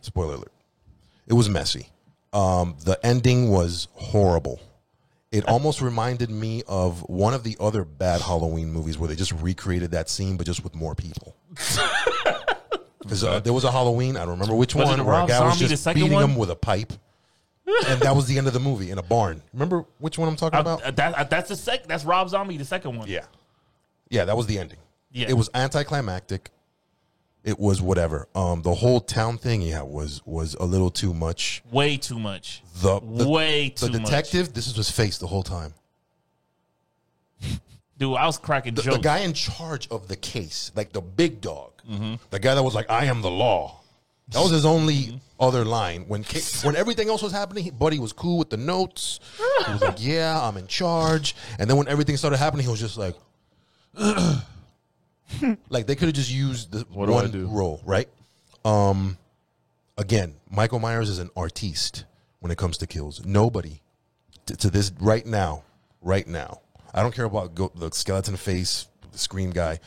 Spoiler alert. It was messy. Um, the ending was horrible. It almost reminded me of one of the other bad Halloween movies where they just recreated that scene, but just with more
(laughs)
people. Because uh, there was a Halloween, I don't remember which
Was it
one,
the
where a
Rob
guy
Zombie,
was
the
just
second
beating
one?
him with a pipe, and that was the end of the movie in a barn. Remember which one I'm talking
I-
about?
I- that, I- that's the sec. That's Rob Zombie, the second one.
Yeah. Yeah, that was the ending.
Yeah.
It was anticlimactic. It was whatever. Um the whole town thing yeah was was a little too much.
way too much.
The, the
way
the
too much.
detective, this is his face the whole time.
Dude, I was cracking
The, the
jokes.
guy in charge of the case, like the big dog,
Mm-hmm.
the guy that was like, "I am the law." That was his only other line when ca- when everything else was happening. he- Buddy was cool with the notes. He was like, "Yeah, I'm in charge." And then when everything started happening, he was just like, like they could have just used the
do I
one
do?
role, right? Um, again, Michael Myers is an artiste when it comes to kills. Nobody t- to this right now, right now. I don't care about go, the skeleton face, the scream guy.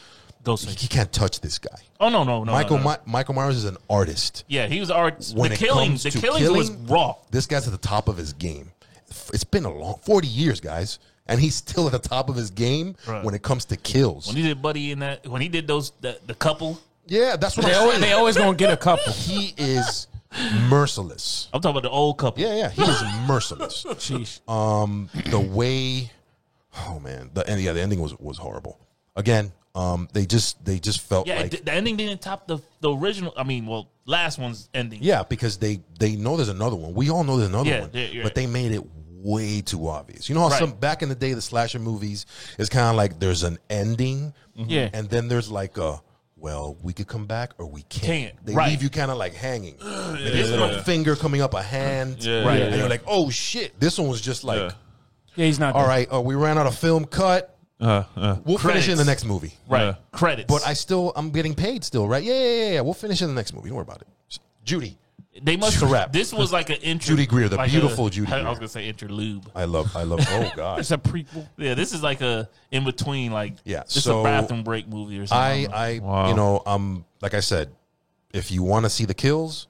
He,
Ghostface.
he can't touch this guy.
Oh no no no.
Michael
no, no.
My, Michael Myers is an artist.
Yeah, he was art.
When
the
it
killing.
comes
The
to
killing was
killing-
raw.
This guy's at the top of his game. F- It's been a long forty years, guys, and he's still at the top of his game
Right.
when it comes to kills.
When he did Buddy in that, when he did those, the, the couple.
yeah, that's what
They
I'm
always,
saying.
they always gonna get a couple.
He is merciless.
I'm talking about the old couple.
Yeah, yeah, he is
(laughs)
merciless. Um,
Sheesh.
the way oh man the and yeah the ending was was horrible again um they just they just felt
Yeah,
like
it- the ending didn't top the the original. I mean, well, last one's ending.
yeah because they they know there's another one we all know there's another
Yeah,
one
yeah, you're
but
right.
they made it way too obvious you know how
Right.
some back in the day the slasher movies is kind of like there's an ending
Mm-hmm.
Yeah.
and then there's like a well, we could come back or we can't.
Can't,
They
right.
leave you kind of like hanging. Like, there's a little finger coming up a hand.
Yeah,
Right.
And you're like, oh shit. This one was just like,
Yeah.
Yeah, he's not.
all
dead.
right, uh, we ran out of film cut.
Uh, uh.
We'll finish it in the
Credits.
next movie.
Right.
Yeah.
Credits.
But I still, I'm getting paid still, right? Yeah, yeah, yeah. yeah. We'll finish in the next movie. Don't worry about it. Judy,
they must
to wrap.
This was like an intro.
Judy Greer, the
like
beautiful
a-
Judy
I, I
Greer.
was gonna say interlude.
I love, I love. Oh God,
It's a prequel.
Yeah, this is like a in between. Like
Yeah,
just
so
a bathroom break movie or something.
I, I,
Wow.
you know, um, like I said, if you want to see the kills,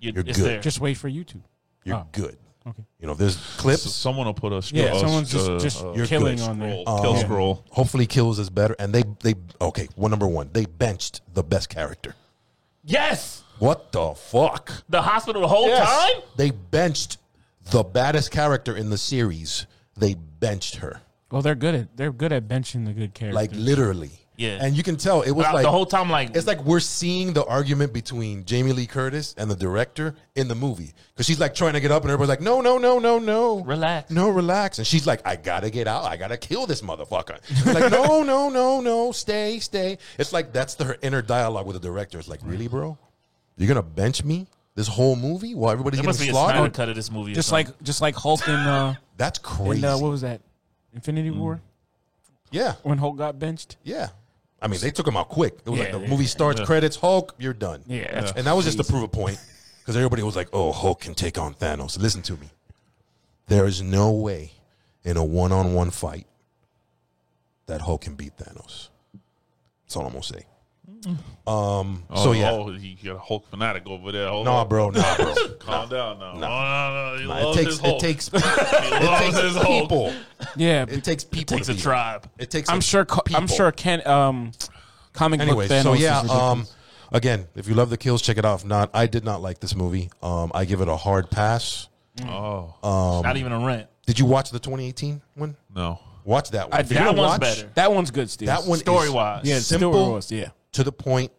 you
you're
it's
good.
There.
Just wait for YouTube.
you're
Ah,
Oh.
good.
Okay.
You know, if there's
So
clips.
someone will put a stro-
Yeah,
a-
someone's just
uh,
just
uh,
you're
killing
good.
on there.
scroll, kill
Yeah.
scroll.
Hopefully, kills is better. And they, they, okay. Well, number one, they benched the best character.
yes,
What the fuck?
the hospital the whole time.
They benched the baddest character in the series. They benched her,
Well, they're good at they're good at benching the good characters.
like literally.
Yeah.
And you can tell it was
But I-
like
the whole time, like
It's like we're seeing the argument between Jamie Lee Curtis and the director in the movie because she's like trying to get up, and everybody's like, "No, no, no, no, no,
Relax.
no, relax." And she's like, "I gotta get out. I gotta kill this motherfucker." They're like, no, no, no, no, stay, stay. It's like that's the, her inner dialogue with the director. It's like, really, bro, you're gonna bench me this whole movie while everybody's
there
getting
must be a Snyder
slaughtered?
cut of this movie. or
just
something.
like just like Hulk in
(gasps)
uh,
That's crazy.
in uh, what was that? Infinity War
Mm. yeah,
when Hulk got benched.
yeah. I mean, they took him out quick. It was like
Yeah,
the movie starts, credits, Hulk, you're done.
Yeah, that's
(laughs) And that was just to prove a point because everybody was like, oh, Hulk can take on Thanos. Listen to me. There is no way in a one on one fight that Hulk can beat Thanos. That's all I'm going to say. Um,
Oh,
so, yeah.
oh, he got a Hulk fanatic over there. Hold
Nah,
on.
bro. Nah, bro.
calm down now. Oh, no, no, he
Nah, it
loves
takes
his Hulk.
it takes
He
it
loves
takes
his Hulk.
people.
Yeah,
It takes people.
takes
to
a
beat him.
tribe.
It takes.
I'm
a
sure. co- I'm
people.
sure. Can um, comic
Anyway,
book Thanos.
so
is
yeah,
ridiculous.
um, again, if you love the kills, check it out. If not, I did not like this movie. Um, I give it a hard pass.
Oh
Um,
not even a rent.
Did you watch the 2018 one?
no.
Watch that one.
I-
If you're
that
gonna
one's
watch,
better.
that one's good, Steve.
That one is
Story-wise. Oh.
yeah,
simple
Stewart was, yeah,
to the point,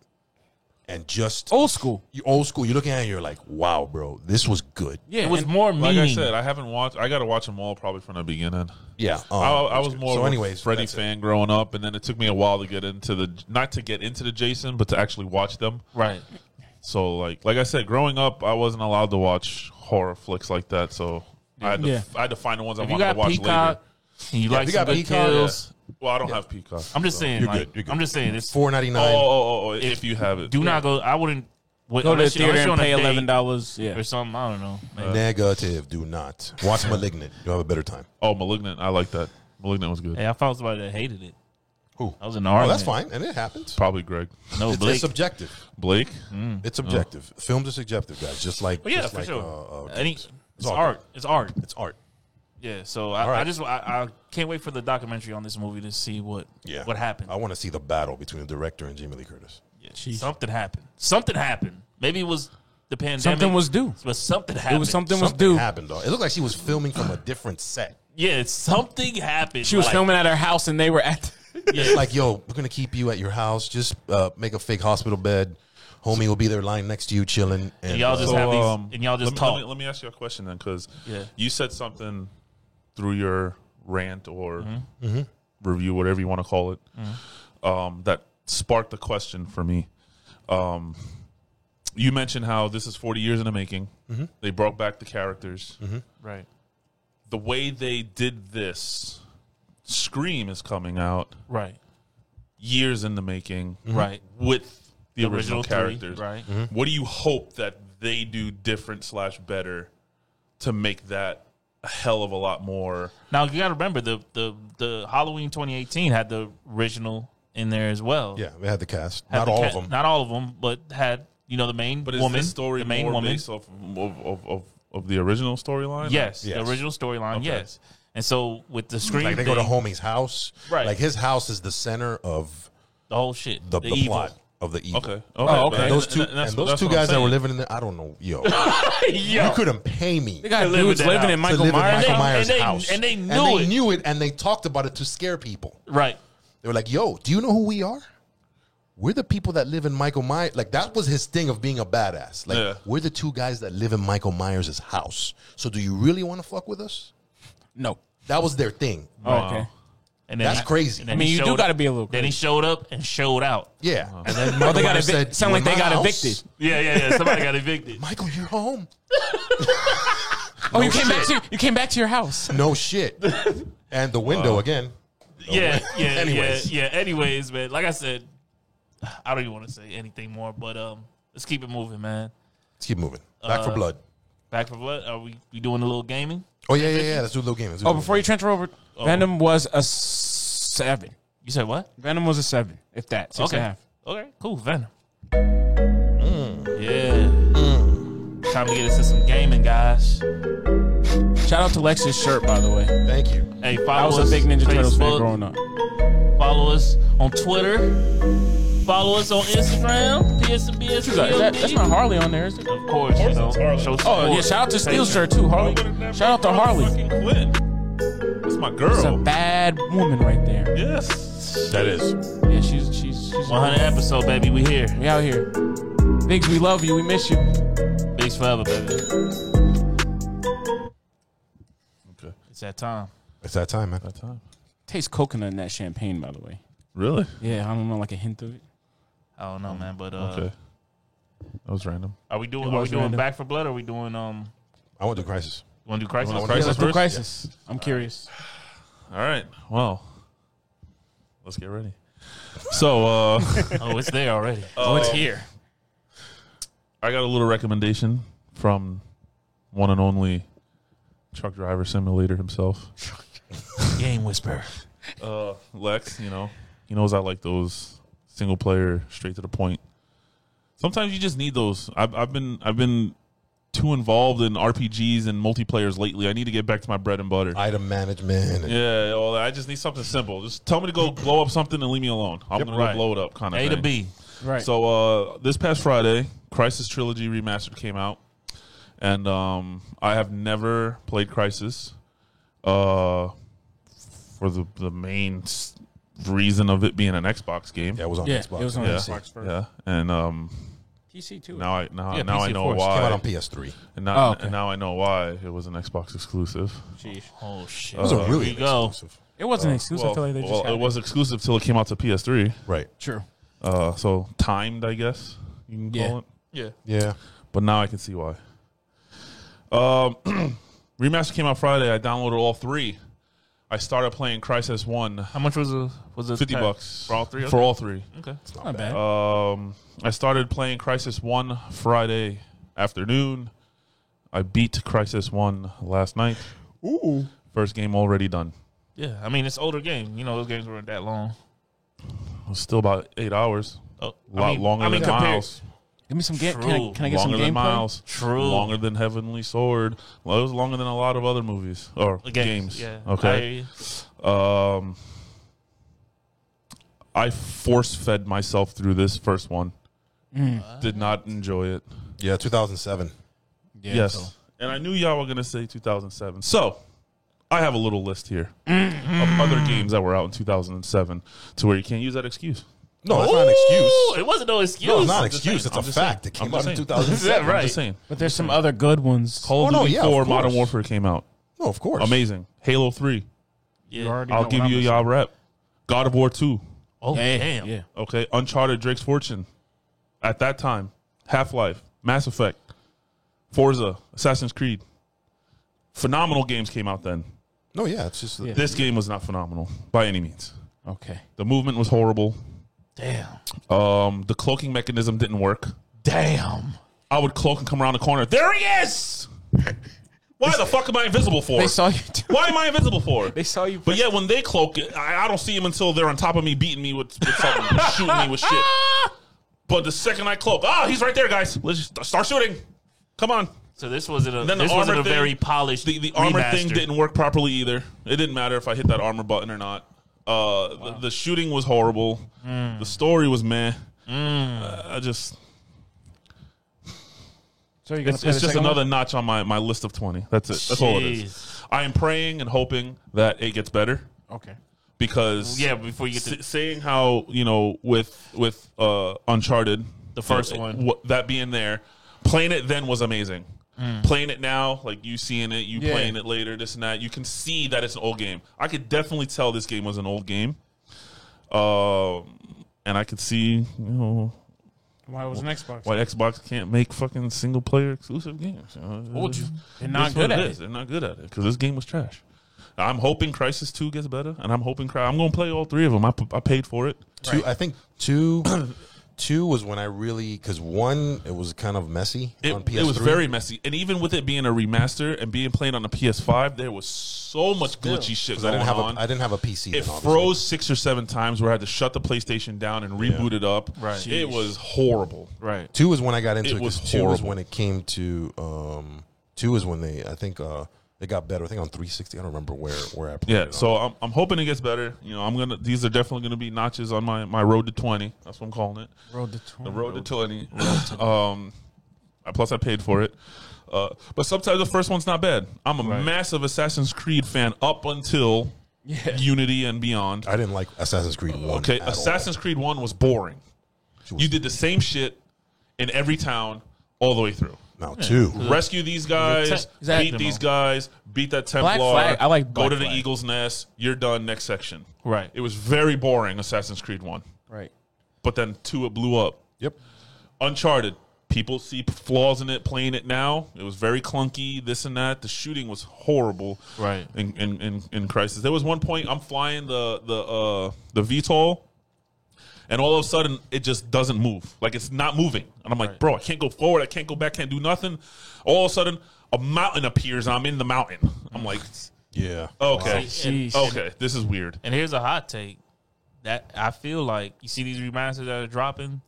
and just
old school.
you old school. You're looking at it, you're like, wow, bro, this was good.
Yeah,
It was
and-
more
Like
meaning.
I said, I haven't watched. I got to watch them all probably from the beginning.
Yeah, um,
I, I was
good.
more
So
of
anyways,
a Freddy
that's it.
fan growing up, and then it took me a while to get into the not to get into the Jason, but to actually watch them.
right.
So like like I said, growing up, I wasn't allowed to watch horror flicks like that. So I had to
Yeah.
I had to find the ones I
If you
wanted to
got
watch
Peacock, and you like
you
some
got
good
Peacock,
later.
kills.
Yeah. Well, I don't have Peacock.
I'm just saying.
You're
like,
good, you're good.
I'm just saying. It's
Four ninety
Oh,
nine.
oh, oh, oh, if you have it,
do not go. I wouldn't wait,
Go to the
unless you-
theater
unless
and pay
you're on a date
eleven dollars. Yeah,
or something. I don't know.
Uh,
man.
Negative. Do not watch *Malignant*. You'll have a better time.
Oh, Malignant. I like that. Malignant was good.
Hey, I found somebody that hated it.
Who?
I was in the
Oh,
army.
that's fine, and it happens.
Probably Greg.
No,
It's,
Blake.
it's subjective.
Blake.
It's subjective. Films are subjective, guys. Just like,
But yeah,
just
for
like,
sure.
uh, uh,
Any,
games.
it's
all good.
art. It's art.
It's art.
Yeah. So I,
right.
I just I, I can't wait for the documentary on this movie to see what
Yeah. Oh,
what happened.
I want to see the battle between the director and Jamie Lee Curtis.
Jeez.
Something happened. Something happened. Maybe it was the pandemic.
Something was due.
But something happened.
it was something, was
Something
due.
happened though. It looked like she was filming from a different set.
Yeah, something happened.
She was
Like,
filming at her house, and they were at.
It's like, yo, we're gonna keep you at your house. Just uh, make a fake hospital bed. Homie will be there lying next to you, chilling. And
Y'all
uh,
just have these-
um,
and y'all just
let me,
talk.
Let me, let me ask you a question then, because
Yeah.
you said something through your rant or
Mm-hmm.
Mm-hmm. review, whatever you want to call it, um, that sparked the question for me. Um, you mentioned how this is 40 years in the making. They brought back the characters.
Right.
The way they did this, Scream is coming out
Right.
years in the making
Right.
with the,
The
original,
original three,
characters.
Mm-hmm.
right.
What do you hope that they do different slash better to make that a hell of a lot more.
Now you got to remember the the the Halloween 2018 had the original in there as well.
Yeah, they had the cast.
Had
not
the
all
ca-
of them.
Not all of them, but had you know the main
But is
woman,
this story
the main
more
woman.
based off of of, of, of, of the original storyline?
Yes,
Yes.
the original storyline.
Okay.
Yes, and so with the screen,
Like they
thing,
go to homie's house.
Right.
Like his house is the center of
the whole shit,
the, the,
the, evil.
plot of the evil.
Okay. okay.
Oh, okay.
But-
And those two,
and that's-
and those
that's
two
what I'm
guys that were
saying.
living in there, I don't know, yo,
(laughs) (laughs) Yo.
you couldn't pay me
They got
To live
dudes
in that
living in
house.
to
Michael
live in
Myers.
they-
Michael
and
Myers'
they-
house,
and they
and
knew
they
it.
knew it, and they talked about it to scare people.
right?
They were like, "Yo, do you know who we are? We're the people that live in Michael Myers." Like that was his thing of being a badass. Like
Yeah.
we're the two guys that live in Michael Myers' house. So do you really want to fuck with us?
No.
That was their thing.
Oh, okay.
And then
That's crazy.
and
I
then
mean,
he
you do
showed-
gotta be a little
Then he
crazy.
showed up and showed
(laughs)
out.
Yeah. And then
they
Michael
got
Myers
evic- sound
"You
like
in
they
my
got
house?
evicted.
Yeah, yeah, yeah. Somebody got
(laughs)
evicted.
Michael, you're home.
Oh, you came back to you came back to your house.
No (laughs) shit. and the window again.
yeah, yeah,
Anyways.
yeah, yeah. Anyways, man, like I said, I don't even want to say anything more, but um, let's keep it moving, man.
Let's keep moving. Back for
Uh,
blood.
Back for blood. Are we we doing a little gaming?
Oh yeah, yeah, yeah. Let's do a little game. Let's do a
Oh,
little
before you transfer over, Venom was a seven.
You said what?
Venom was a seven, if that. Six and a half.
Okay. Cool. Venom. Yeah. Mm. Time to get into some gaming, guys.
Shout out to Lex's shirt, by the way.
game. Thank you.
Hey,
I
follow
was
us
a big Ninja Turtles fan
Facebook,
growing up.
Follow us on Twitter. Follow us on Instagram.
That-
PSBS.
that's not Harley on there, is it?
Of course, you know.
it's Harley.
Show
Oh, yeah.
support.
Shout out to Steel's
Patreon.
shirt too,
Why
Harley.
wouldn't that
Shout out
be
to Harley.
fucking Quinn? That's my girl.
It's a bad woman right there.
yes.
That is.
Yeah, she's she's she's.
100 episode, baby. We here.
We out here. Biggs, we love you. We miss you.
Bigs forever, baby.
Okay.
It's that time.
It's that time, man.
That time.
Taste coconut in that champagne, by the way.
Really?
Yeah, I don't know, like a hint of it.
I don't know, man. But uh,
Okay. That was random.
are we doing?
It
Are we
was
doing
random.
back for blood? Or are we doing? Um,
I went to crisis.
you want to do crisis? Oh,
wanna
Yeah,
do Crisis
let's do
first?
crisis. I'm curious.
All right. Well, let's get ready. So, uh, (laughs)
oh, it's there already. oh, it's here.
I got a little recommendation from one and only truck driver simulator himself.
Game whisper.
uh, Lex, you know, he knows I like those single player, straight to the point. Sometimes you just need those. I've, I've been I've been too involved in RPGs and multiplayers lately. I need to get back to my bread and butter.
Item management. and-
yeah, all that. I just need something simple. Just tell me to go blow up something and leave me alone. I'm gonna
right.
go blow it up, kind of.
A to B.
Right. So,
So uh, this past Friday, Crisis Trilogy Remastered came out, and um, I have never played Crisis. Uh, for the the main s- reason of it being an Xbox game,
Yeah, it was on
yeah,
Xbox.
it was on
Yeah.
Xbox first.
yeah, and um,
PC too.
now I now,
Yeah,
now
PC
I know
of course.
why.
Came out on PS3.
and now,
Oh, okay.
and now I know why it was an Xbox exclusive.
Oh shit.
It was a really
here you go.
exclusive.
It wasn't exclusive. I feel like they just
well,
had
it was exclusive till it came out to PS3.
Right.
true.
Uh, so timed, I guess you can call
Yeah.
it.
Yeah.
Yeah.
but now I can see why. Um, (clears throat) remaster came out Friday. I downloaded all three. I started playing Crisis One.
How much was a was it?
Fifty bucks
for all three.
For all three.
Okay. Mm-hmm.
Not bad.
Um, I started playing Crisis One Friday afternoon. I beat Crisis One last night.
Ooh.
First game already done.
Yeah. I mean, it's older game. You know, those games weren't that long.
It was still about eight hours.
Oh,
A lot longer than
compare-
Miles.
Give me some game. Can
True.
I, can I get some
longer
gameplay?
than Miles.
True.
Longer than Heavenly Sword. Well, it was longer than a lot of other movies or
Games.
games.
Yeah. I hear
Okay.
you.
Um, I force fed myself through this first one.
Mm.
Did not enjoy it.
Yeah, 2007.
Yeah,
yes.
so-
And I knew y'all were going to say 2007. So I have a little list here
Mm-hmm.
of other games that were out in 2007 to where you can't use that excuse.
No, it's not an excuse.
Ooh, it wasn't no excuse.
No, it's not an
I'm just
excuse.
saying.
It's
I'm
a
just
fact. It
I'm
came
just
out in
saying. (laughs)
2007.
Right.
I'm just saying.
But there's some other good ones.
Call of
Oh, no,
Duty
yeah, of
4 Modern
course.
Warfare came out.
No, of course.
Amazing. Halo 3.
You
Yeah.
already
I'll
know
give
what
you
I'm
y'all rep. God of War 2.
Oh
saying.
damn.
Yeah.
Okay, Uncharted, Drake's Fortune. At that time, Half Life, Mass Effect, Forza, Assassin's Creed. Phenomenal games came out then.
No, yeah, it's just.
Yeah.
This game was not phenomenal by any means.
Okay.
The movement was horrible.
Damn.
Um, the cloaking mechanism didn't work.
Damn.
I would cloak and come around the corner. There he
(laughs)
is. Why the fuck am I invisible for?
They saw you do
Why am I invisible for?
They saw you.
But yeah, when they cloak it, I, I don't see them until they're on top of me, beating me with, with something, shooting me with shit. But the second I cloak, ah, he's right there, guys. Let's just start shooting. Come on.
(laughs) So this wasn't a
then the
this wasn't
armor
a
thing-
very polished
The, the armor
remaster.
thing didn't work properly either. It didn't matter if I hit that armor button or not. Uh, the- the, shooting was horrible. The story was meh. Uh, I just
So you're gonna
it's, it's just another notch on my, my list of twenty. That's it. That's all it is. I am praying and hoping that it gets better
Okay.
because
Yeah, before you get to
S- saying how you know with with uh Uncharted the
first one.
that being there, playing it then was amazing. Playing it now, like you seeing it, you
Yeah.
playing it later, this and that, you can see that it's an old game. I could definitely tell this game was an old game, um, and I could see you know
Why was an Xbox?
why Xbox can't make fucking single player exclusive games. you know?
Told you.
They're not
That's what
good at
is. They're not good at it because this game was trash. I'm hoping Crisis Two gets better, and I'm hoping Cry- I'm going to play all three of them. I, p- I paid for it.
Two, I think two, (clears throat) two was when I really because one it was kind of messy
It,
on PS3.
it was very messy, and even with it being a remaster and being played on a PS5, there was so much glitchy shit
'Cause
going
I didn't have
on.
a I didn't have a PC.
it
then, obviously.
froze six or seven times where I had to shut the PlayStation down and reboot it up.
Right.
It was horrible.
right.
Two is when I got into it.
It was
'cause two was
horrible.
when it came to um, two is when they I think uh, it got better. I think on 360. I don't remember where where I played.
Yeah,
it on.
so I'm, I'm hoping it gets better. You know, I'm gonna these are definitely gonna be notches on my, my road to twenty. That's what I'm calling it.
Road to
The
20.
road to twenty. um, I- plus I paid for it. Uh, but sometimes the first one's not bad. I'm a massive Assassin's Creed fan up until Unity and beyond.
I didn't like Assassin's Creed One.
Okay,
at all.
Assassin's Creed One was boring. You did the same shit in every town all the way through.
now two.
Rescue these guys,
Is that-
beat these guys, beat that Templar.
Black Flag. I like
go
Black
to the
Flag.
Eagle's Nest. You're done. Next section.
Right.
It was very boring. Assassin's Creed One,
Right.
but then two it blew up.
Yep.
Uncharted. People see flaws in it. Playing it now, it was very clunky. This and that. The shooting was horrible.
Right.
In in in, in Crisis, there was one point I'm flying the the uh, the VTOL, and all of a sudden it just doesn't move. Like it's not moving, and I'm like, bro, I can't go forward. I can't go back. Can't do nothing. All of a sudden, a mountain appears, and I'm in the mountain. I'm like,
Yeah.
Oh, okay,
Jeez.
okay, this is weird.
And here's a hot take that I feel like you see these remasters that are dropping.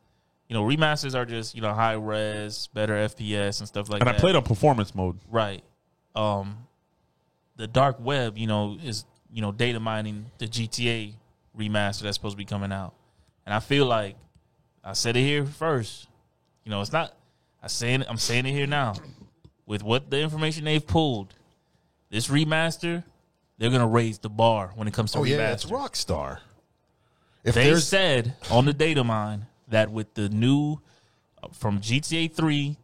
You know, remasters are just you know high res, better FPS and stuff like
And
that.
I played on performance mode.
right. Um, the dark web, you know, is you know data mining the GTA remaster that's supposed to be coming out, and I feel like I said it here first. You know, it's not. I saying I'm saying it here now. With what the information they've pulled, this remaster, they're gonna raise the bar when it comes to
Oh
remaster.
yeah, it's Rockstar. If
They
there's
said on the data mine that with the new uh, from GTA 3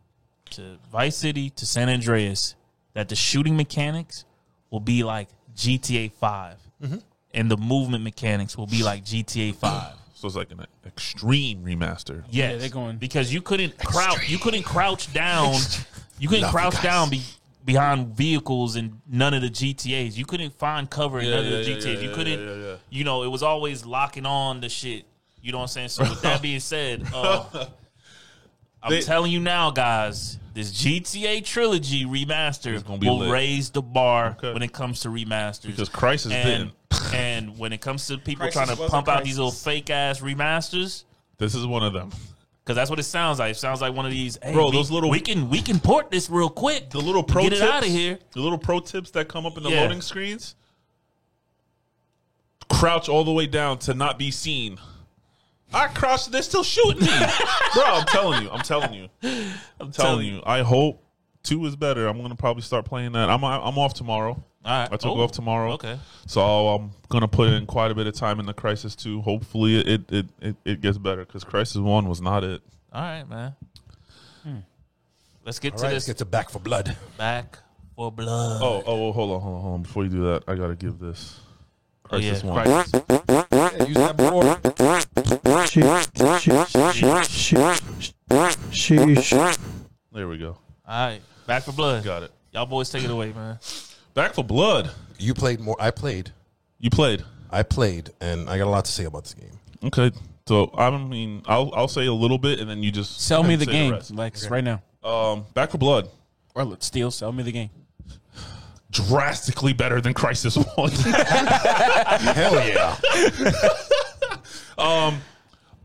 to Vice City to San Andreas, that the shooting mechanics will be like GTA 5
Mm-hmm.
and the movement mechanics will be like GTA 5.
So it's like an extreme remaster.
Yes,
they're going-
because you couldn't crouch. You couldn't crouch down. You couldn't crouch down be, behind vehicles and none of the GTA's. You couldn't find cover in
Yeah,
none
yeah,
of the
yeah,
GTA's.
yeah,
you
yeah,
couldn't.
yeah, yeah.
You know, it was always locking on the shit. You know what I'm saying? So with that being
(laughs)
said, uh, I'm
They-
telling you now, guys, this GTA trilogy remaster
gonna be
will
lit.
raise the bar
Okay.
when it comes to remasters
Because Crisis
and.
didn't.
(laughs) and when it comes to people
Crisis
trying to
was a
pump out
crisis.
these little fake ass remasters,
This is one of them.
Cause that's what it sounds like. It sounds like one of these. Hey,
Bro,
we-
those little-
We can we can port this real quick.
The little pro
get
tips,
it out of here.
The little pro tips that come up in the
Yeah.
loading screens. Crouch all the way down to not be seen. I crouched. They're still
(laughs)
shooting me, bro. I'm telling you. I'm telling you. I'm telling you. I hope two is better. I'm gonna probably start playing that. I'm I'm off tomorrow.
All right.
I took
Oh,
off tomorrow.
Okay.
So I'm gonna put in quite a bit of time in the Crisis two. Hopefully it it, it, it gets better because Crisis one was not it.
All right, man. Let's get
Hmm. all
to
right,
this
let's get to Back for Blood.
back for blood.
Oh oh well, hold on hold on hold on. Before you do that, I gotta give this
Oh, yeah.
Crisis one.
Crisis.
Yeah, use that board.
There we go.
All right, back for blood.
Got it.
Y'all boys take it away, man.
Back for blood.
You played more. I played.
You played.
I played, and I got a lot to say about this game.
Okay. So I mean, I'll I'll say a little bit, and then you just
Sell me the
say
game,
rest.
Lex, right now.
Um, Back for Blood,
Or let Steel sell me the game.
drastically better than Crisis (laughs) One.
Hell yeah.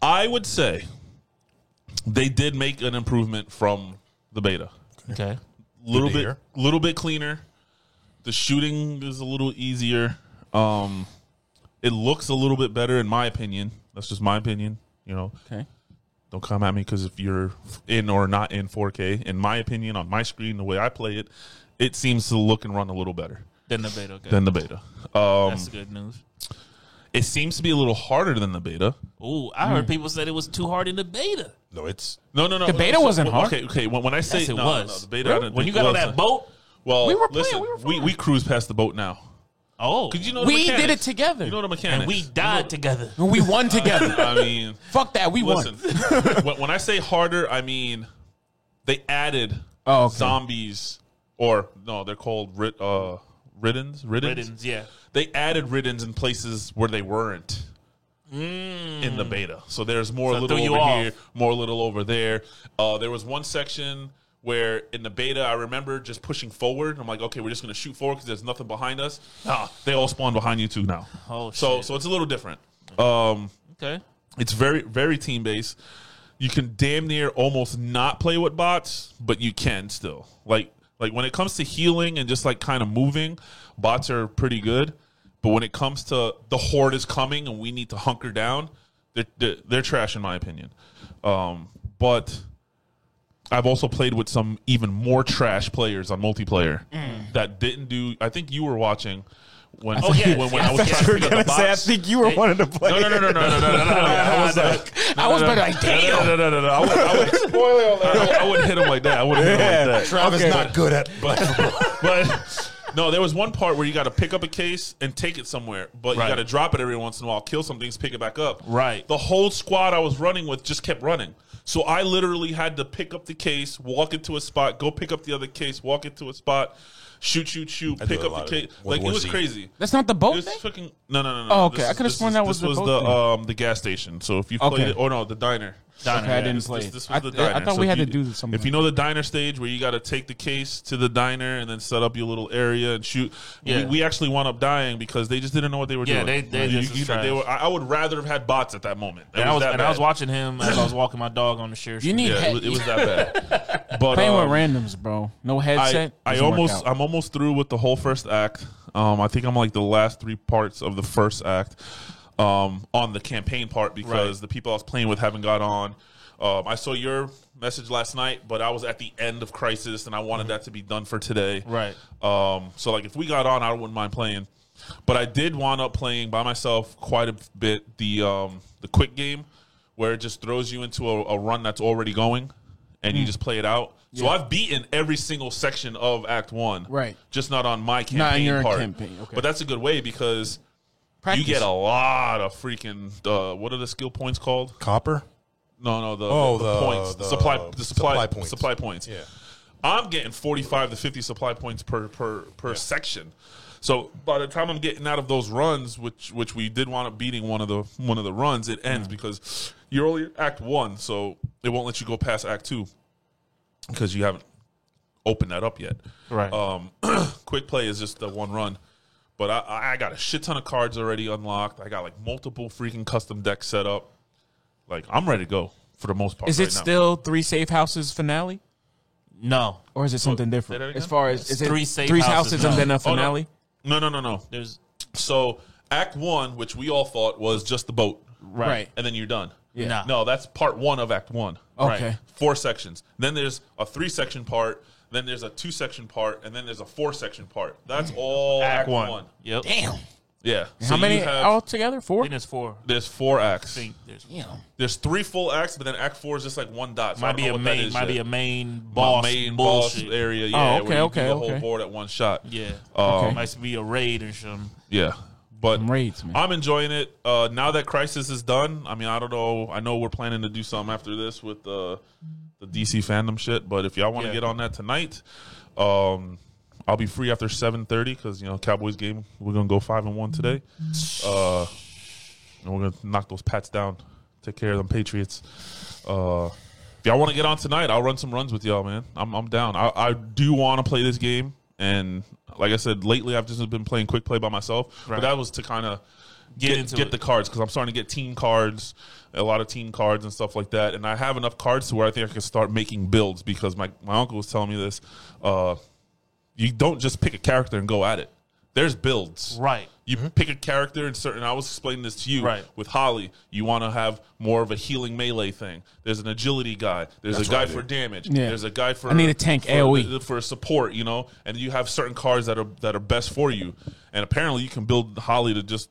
I would say they did make an improvement from the beta.
Okay.
little bit,
Cleaner.
little bit cleaner. The shooting is a little easier. Um, it looks a little bit better, in my opinion. That's just my opinion. You know,
Okay.
don't come at me because if you're in or not in 4K, in my opinion, on my screen, the way I play it, it seems to look and run a little better
(laughs) Then the beta. Okay.
than the beta. Um,
That's good news.
it seems to be a little harder than the beta.
Ooh, I
Hmm.
heard people said it was too hard in the beta.
No,
(laughs)
it's
No, no, no.
The beta wasn't
well,
hard.
Okay, okay. When, when I say
Yes, it
no, no, no,
was.
the beta, I didn't
when
think
you got on
was.
that boat,
well,
We were playing,
listen,
we were
we,
fine.
we cruised past the boat now.
oh,
Because you know the
We
mechanics.
did it together.
You know the mechanics.
and we died together.
we won together.
(laughs)
(laughs)
I mean,
Fuck that. We
listen. (laughs)
won.
when, when I say harder, I mean they added
Oh, okay.
zombies, or no, they're called rid, uh, riddens, riddens.
Riddance, yeah.
They added riddens in places where they weren't in the beta. So there's
Mm.
more
So it
little
threw you
over
off.
here, more little over there. Uh, there was one section where in the beta, I remember just pushing forward. I'm like, okay, we're just gonna shoot forward because there's nothing behind us. Ah, they all spawn behind you too now.
Oh,
so
shit.
so it's a little different. Um,
Okay.
it's very very team based. You can damn near almost not play with bots, but you can still. Like like when it comes to healing and just like kind of moving, bots are pretty good. But when it comes to the horde is coming and we need to hunker down, they're they're, they're trash in my opinion. Um, but I've also played with some even more trash players on multiplayer that didn't do. I think you were watching when
Oh, yeah.
when, when
Yeah,
I
I
was
thought
trying
you
to
were
figure out the
I
bots.
think you were one of the
No,
players.
no, no, no, no, no, no, no, no, no. I was like,
I was better like,
no,
damn.
no, no, no, no. I would, I would spoil all that. I wouldn't hit him like that. I wouldn't hit him like that.
I was not good at
But no, there was one part where you got to pick up a case and take it somewhere, but
Right.
you got to drop it every once in a while, kill some things, pick it back up.
Right.
The whole squad I was running with just kept running. So I literally had to pick up the case, walk into a spot, go pick up the other case, walk into a spot, shoot, shoot, shoot,
I do
pick
a lot
up
of
the case.
it. World
Like it
War
was
Z.
crazy.
That's not the boat
It was
thing?
fucking no no no no.
Oh, okay.
This
I
is-
coulda
this
sworn
is-
that was
this
the
was
boat
the
thing.
um the gas station. So if you played
Okay.
it or no the diner.
Diner,
Okay, I
yeah.
didn't
This-
play.
This, this was
I-
the
I-
diner.
I thought
So
we
if
had to
you-
do something
If you know the diner stage where you got to take the case to the diner and then set up your little area and shoot,
Yeah.
we, we actually wound up dying because they just didn't know what they were
Yeah,
doing.
they- they
You-
just
you-
was trash.
they were- I I would rather have had bots at that moment. It
And I was
that
and I was
bad.
watching him as I was walking my dog on the sheriff's.
You need
Yeah,
head-
it was, it was that (laughs) bad. But
playing
um,
with randoms, bro. No
I,
headset.
I
doesn't work
almost
out.
I'm almost through with the whole first act. Um, I think I'm like the last three parts of the first act um, on the campaign part because
Right.
the people I was playing with haven't got on. Um, I saw your message last night, but I was at the end of Crisis and I wanted that to be done for today.
Mm-hmm. Right.
Um, so like if we got on, I wouldn't mind playing. But I did wind up playing by myself quite a bit the um, the quick game where it just throws you into a, a run that's already going and
Hmm.
you just play it out. So I've beaten every single section of Act One.
Right.
Just not on my campaign
Not in your
part.
campaign, okay.
But that's a good way because
Practice.
you get a lot of freaking uh, what are the skill points called? (laughs)
(laughs) copper.
No, no, the,
Oh,
the,
the-
points. The
the
supply the supply,
supply points.
Supply points.
Yeah.
I'm getting 45 to 50 supply points per per per section. So by the time I'm getting out of those runs, which which we did wind up beating one of the one of the runs, it ends because you're only at act one, so it won't let you go past act two because you haven't opened that up yet.
Right.
Um, (clears throat) quick play is just the one run, but I- I, I got a shit ton of cards already unlocked. I got like multiple freaking custom decks set up. Like I'm ready to go for the most part.
Is
right
it
now.
still three safe houses finale?
No,
Or is it something
that
different?
again?
As far as is it
three safe
three
houses
houses
now.
and then a
Oh, no.
finale?
No, no, no, no.
there's
So Act One, which we all thought was just the boat,
Right.
and then you're done.
Yeah. Oh.
Nah.
No, that's part one of Act One.
Okay.
Four sections. Then there's a three section part. Then there's a two section part, and then there's a four section part. That's all Act, one.
Yep.
Damn.
Yeah.
How many
You have,
altogether? Four?
Then it's four.
there's four acts.
I think there's
Damn.
There's three full acts, but then Act Four is just like one dot. So I
might
don't
be
know
a
what that
main
is
might be
yet.
a main boss
main
bullshit. Oh,
boss area. Yeah.
okay,
where you do
okay,
the whole
okay.
board at one shot. Um,
Yeah.
Oh.
Okay.
Might be a raid or something.
Yeah. But
Them raids, man.
I'm enjoying it. Uh, now that Crisis is done, I mean, I don't know. I know we're planning to do something after this with the the DC fandom shit. But if y'all want to
Yeah.
get on that tonight, um, I'll be free after 7:30 because you know Cowboys game. We're gonna go five and one today, uh, and we're gonna knock those Pats down, take care of them Patriots. Uh, If y'all want to get on tonight, I'll run some runs with y'all, man. I'm, I'm down. I, I do want to play this game. And like I said, lately I've just been playing quick play by myself.
Right.
But that was to kind of
Get
get,
into
get,
it.
the cards because I'm starting to get team cards, a lot of team cards and stuff like that. And I have enough cards to where I think I can start making builds because my, my uncle was telling me this. Uh, you don't just pick a character and go at it. There's builds.
Right.
You
Mm-hmm.
pick a character and certain. I was explaining this to you
Right.
with Holly. You want to have more of a healing melee thing. There's an agility guy. There's
That's
a guy
what I
for
did.
damage.
Yeah.
There's a guy for
I need a E. tank
for,
AoE.
for support. You know, and you have certain cards that are that are best for you. And apparently, you can build Holly to just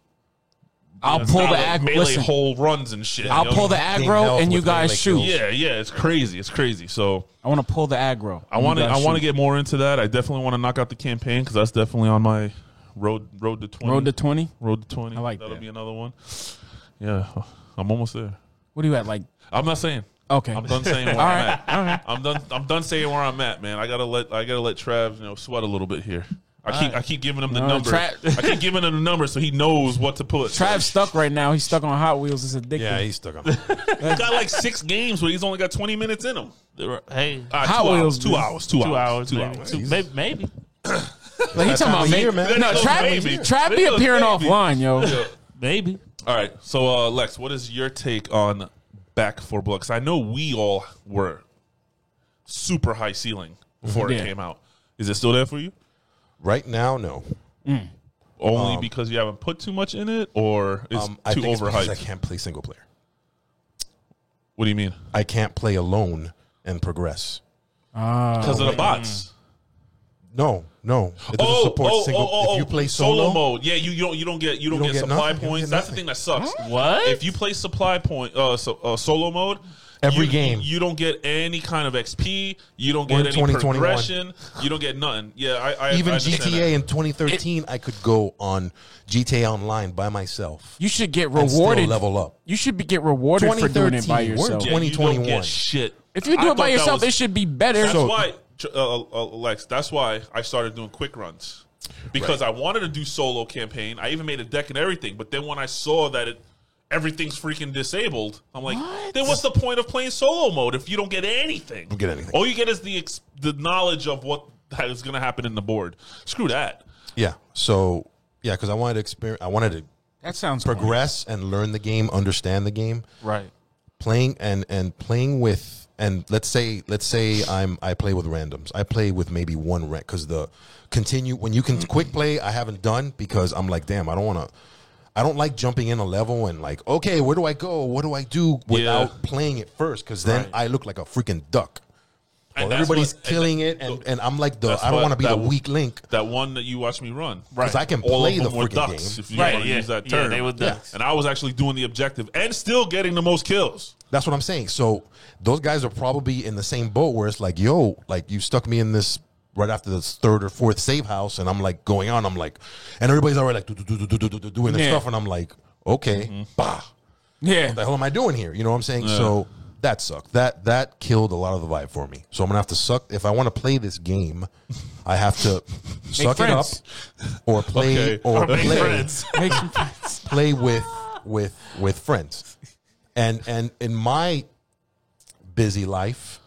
I'll pull the
melee,
ag-
melee
listen,
whole runs and shit.
I'll
you know?
pull the
health
aggro and you
with melee
guys shoot.
kills.
Yeah, yeah, it's crazy. It's crazy. So
I want to pull the aggro.
I want to. I want to get more into that. I definitely want to knock out the campaign because that's definitely on my road road to twenty.
road to twenty.
Road to 20.
I like
That'll
that.
be another one. Yeah, I'm almost there.
What are you at? Like
I'm not saying.
okay,
I'm
(laughs)
done saying where
All
I'm
right,
at. I'm done. I'm done saying where I'm at, man. I gotta let. I gotta let Trav, you know, sweat a little bit here. I keep. I keep giving him the
No,
number.
Trav-
I keep giving him the number so he knows what to put.
Trav's stuck right now. He's stuck on Hot Wheels. It's addictive.
Yeah, he's stuck on.
He's got like six games where he's only got 20 minutes in him.
There are- Hey,
Uh,
How
two,
old
hours,
is
two
this?
hours. Two
two hours.
hours. Two
maybe.
hours.
Two- may- maybe.
like, he's talking about
time of
maybe.
year, man.
No,
That
Trav,
goes maybe.
Trav be
That goes
appearing
maybe.
offline, yo.
Maybe.
All right. So, uh, Lex, what is your take on Back for Blood? 'Cause I know we all were super high ceiling before
Yeah.
it came out. Is it still there for you?
Right now, no.
Only because you haven't put too much in it, or it's
Um, I
too
think it's because
overhyped?
I can't play single player.
what do you mean?
I can't play alone and progress. Oh,
Because of the bots.
No, no. It doesn't
Oh,
support single. if you play solo,
mode, yeah, you, you don't you don't get you don't
don't
get,
get
supply
nothing, you don't
points.
get
That's the
nothing.
thing that sucks.
What?
If you play supply point uh, so, uh solo mode,
Every
you-
game.
you don't get any kind of XP. You don't
Or
get any
2021.
progression. You don't get nothing. Yeah, I, I
even
I understand
GTA in 2013, I could go on GTA Online by myself.
You should get
And still
rewarded.
level up.
You should be get rewarded for doing it by
2013,
yourself.
we're
that. Yeah, you don't
2021.
get shit.
If you do
I
it
thought
by
that
yourself,
was-
it should be better.
That's why, tr- uh, uh, Lex. That's why I started doing quick runs because I wanted to do solo campaign. I even made a deck and everything. But then when I saw that it, everything's freaking disabled, I'm like,
What?
then what's the point of playing solo mode if you don't get anything?
Don't get anything.
All you get is the ex- the knowledge of what that is going to happen in the board. Screw that.
Yeah. So yeah, because I wanted to experience. I wanted to
that sounds
progress and learn the game, understand the game.
right.
playing and and playing with and let's say let's say I'm I play with randoms. I play with maybe one rank because the continue when you can quick play. I haven't done because I'm like, damn, I don't want to. I don't like jumping in a level and like, okay, where do I go? What do I do without playing it first? Because then I look like a freaking duck.
And
Well,
that's
everybody's
what- and
killing it, and, and I'm like the
That's
I don't
what-
want to be the
that-
weak link.
that one that you watched me run.
Right. 'Cause I can
All
play
of them
the
were
freaking
ducks,
game.
If you
Right,
want to
yeah.
use that
Yeah,
term,
they were ducks.
And I was actually doing the objective and still getting the most kills.
That's what I'm saying. So those guys are probably in the same boat where it's like, yo, like you stuck me in this right after this third or fourth save house, and I'm like going on. I'm like, and everybody's already like do do do do do do do doing their
Yeah.
stuff, and I'm like, okay,
Mm-hmm.
bah,
Yeah.
the hell am I doing here? You know what I'm saying? So that sucked. That that killed a lot of the vibe for me. So I'm gonna have to suck if I want to play this game. I have
(laughs)
to suck it up
friends.
or play
Okay. (laughs)
or,
Or make
play
friends.
Make some friends.
play with with with friends and and in my busy life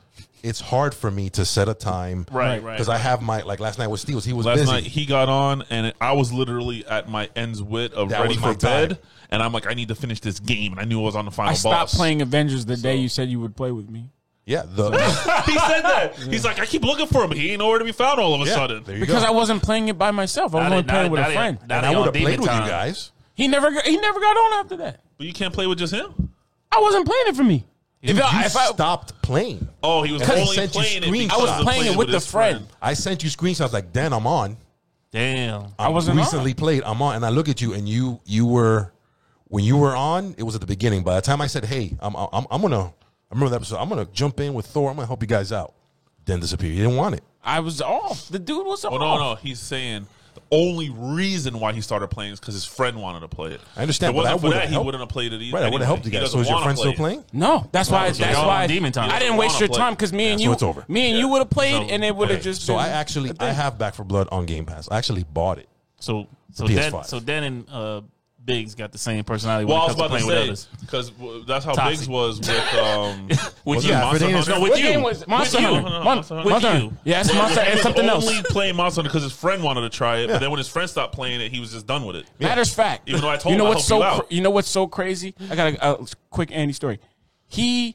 it's hard for me to set a time
Right, right,
because i have my like last night with steve's he was
Last
busy
night he got on, and it, I was literally at my end's wit of
That
ready
was
for
my time.
bed, and I'm like, I need to finish this game, and I knew I was on the final
I stopped
boss.
playing Avengers the day you said you would play with me.
yeah the
he said that he's like, I keep looking for him. He ain't nowhere to be found. All of a (laughs)
(laughs)
sudden,
there you
Because
go
I wasn't playing it by myself. I was only playing with a friend.
and i would have played with you guys
He never got- he never got on after that.
but you can't play with just him.
I wasn't playing it for me. If I,
you
if I,
stopped playing
Oh, he was
Because he
only
sent you
playing it.
screenshots.
because
I was
of
playing it with the
his
friend.
i sent you screenshots like dan i'm on
Damn.
i
wasn't on.
Um, recently played i'm on and i look at you and you you were when you were on it was at the beginning by the time i said hey i'm i'm, I'm gonna i remember that episode i'm gonna jump in with thor i'm gonna help you guys out then disappear you didn't want it
I was off. The dude was off.
Oh no, no, he's saying. The only reason why he started playing is because his friend wanted to play it.
I understand,
If it
but
wasn't
I
for
would've
that, he
helped.
wouldn't have played it either.
Right, I would have helped you guys. So is your friend still playing?
No, that's why.
was
that's
y'all
why.
on demon time.
I didn't waste your
Y'all wanna
time because me and
Yeah,
you,
so it's over.
me and you would have played,
So-
and it would have
okay.
just.
So
been-
I actually I have Back for Blood on Game Pass. I actually bought it.
So so
PS5.
Dan so Dan and uh, Biggs got the same personality
Well, I was
when it
about
comes
to
to playing with
say
others.
because well, that's how
Toxic.
Biggs was
(laughs)
with um.
With
was it
you.
Monster
Fredina's-
Hunter?
No, with
What
you.
game was it? Monster
with you.
Hunter.
No, no, no,
Mon-
Monster Hunter.
Monster
With
Hunter.
you.
Yes,
Well,
Monster
he
and
was
something else.
only playing Monster because his friend wanted to try it, but then when his friend stopped playing it, he was just done with it.
Matters of fact.
Even though I told
you know
him I'll
what's so
help you
cra-
out.
you know what's so crazy? I got a, a quick Andy story. He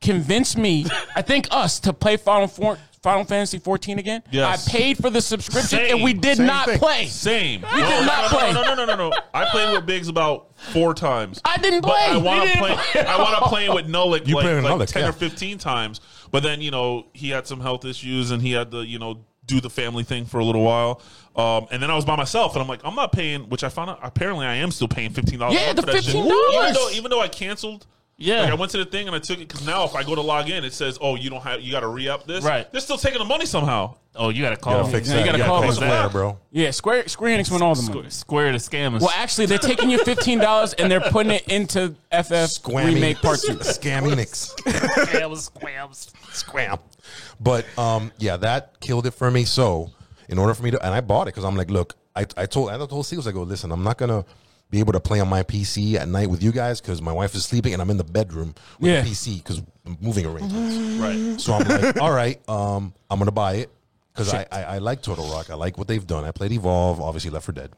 convinced me, I think us, to play Final Four, Final Fantasy 14 again.
Yes.
I paid for the subscription
Same.
and we did
Same
not
thing.
play.
Same. We
did not
no,
play.
No, no, no, no, no. no. I played with Biggs about four times.
I didn't
But
play.
I want
You
to
didn't
play.
play.
I want to play with Nolik
You
like,
played with
like
Nolik,
ten
yeah.
or fifteen times. But then you know he had some health issues and he had to you know do the family thing for a little while. Um, and then I was by myself, and I'm like, I'm not paying. Which I found out apparently I am still paying fifteen dollars.
Yeah, the $15.
Even though even though I canceled.
Yeah.
like I went to the thing and I took it because now if I go to log in, it says, "Oh, you don't have, you got to re up this."
Right.
they're still taking the money somehow.
Oh, you got to
You
call.
gotta fix
Yeah, you
that.
gotta call
pay
us
Square,
back.
bro.
Yeah, Square Square Enix went all the money.
Square, square the scammers.
Well, actually, they're taking your fifteen dollars and they're putting it into FF remake part two.
Scaminix.
Squams, squams.
Scram. But um, yeah, that killed it for me. So in order for me to, and I bought it because I'm like, look, I, I told I told Seals, I go, listen, I'm not gonna be able to play on my PC at night with you guys because my wife is sleeping and I'm in the bedroom with
Yeah.
the PC because moving arrangements.
Right.
so I'm like, (laughs) all right, um, I'm gonna buy it because I, I I like Total Rock. I like what they've done. I played Evolve, obviously Left for Dead,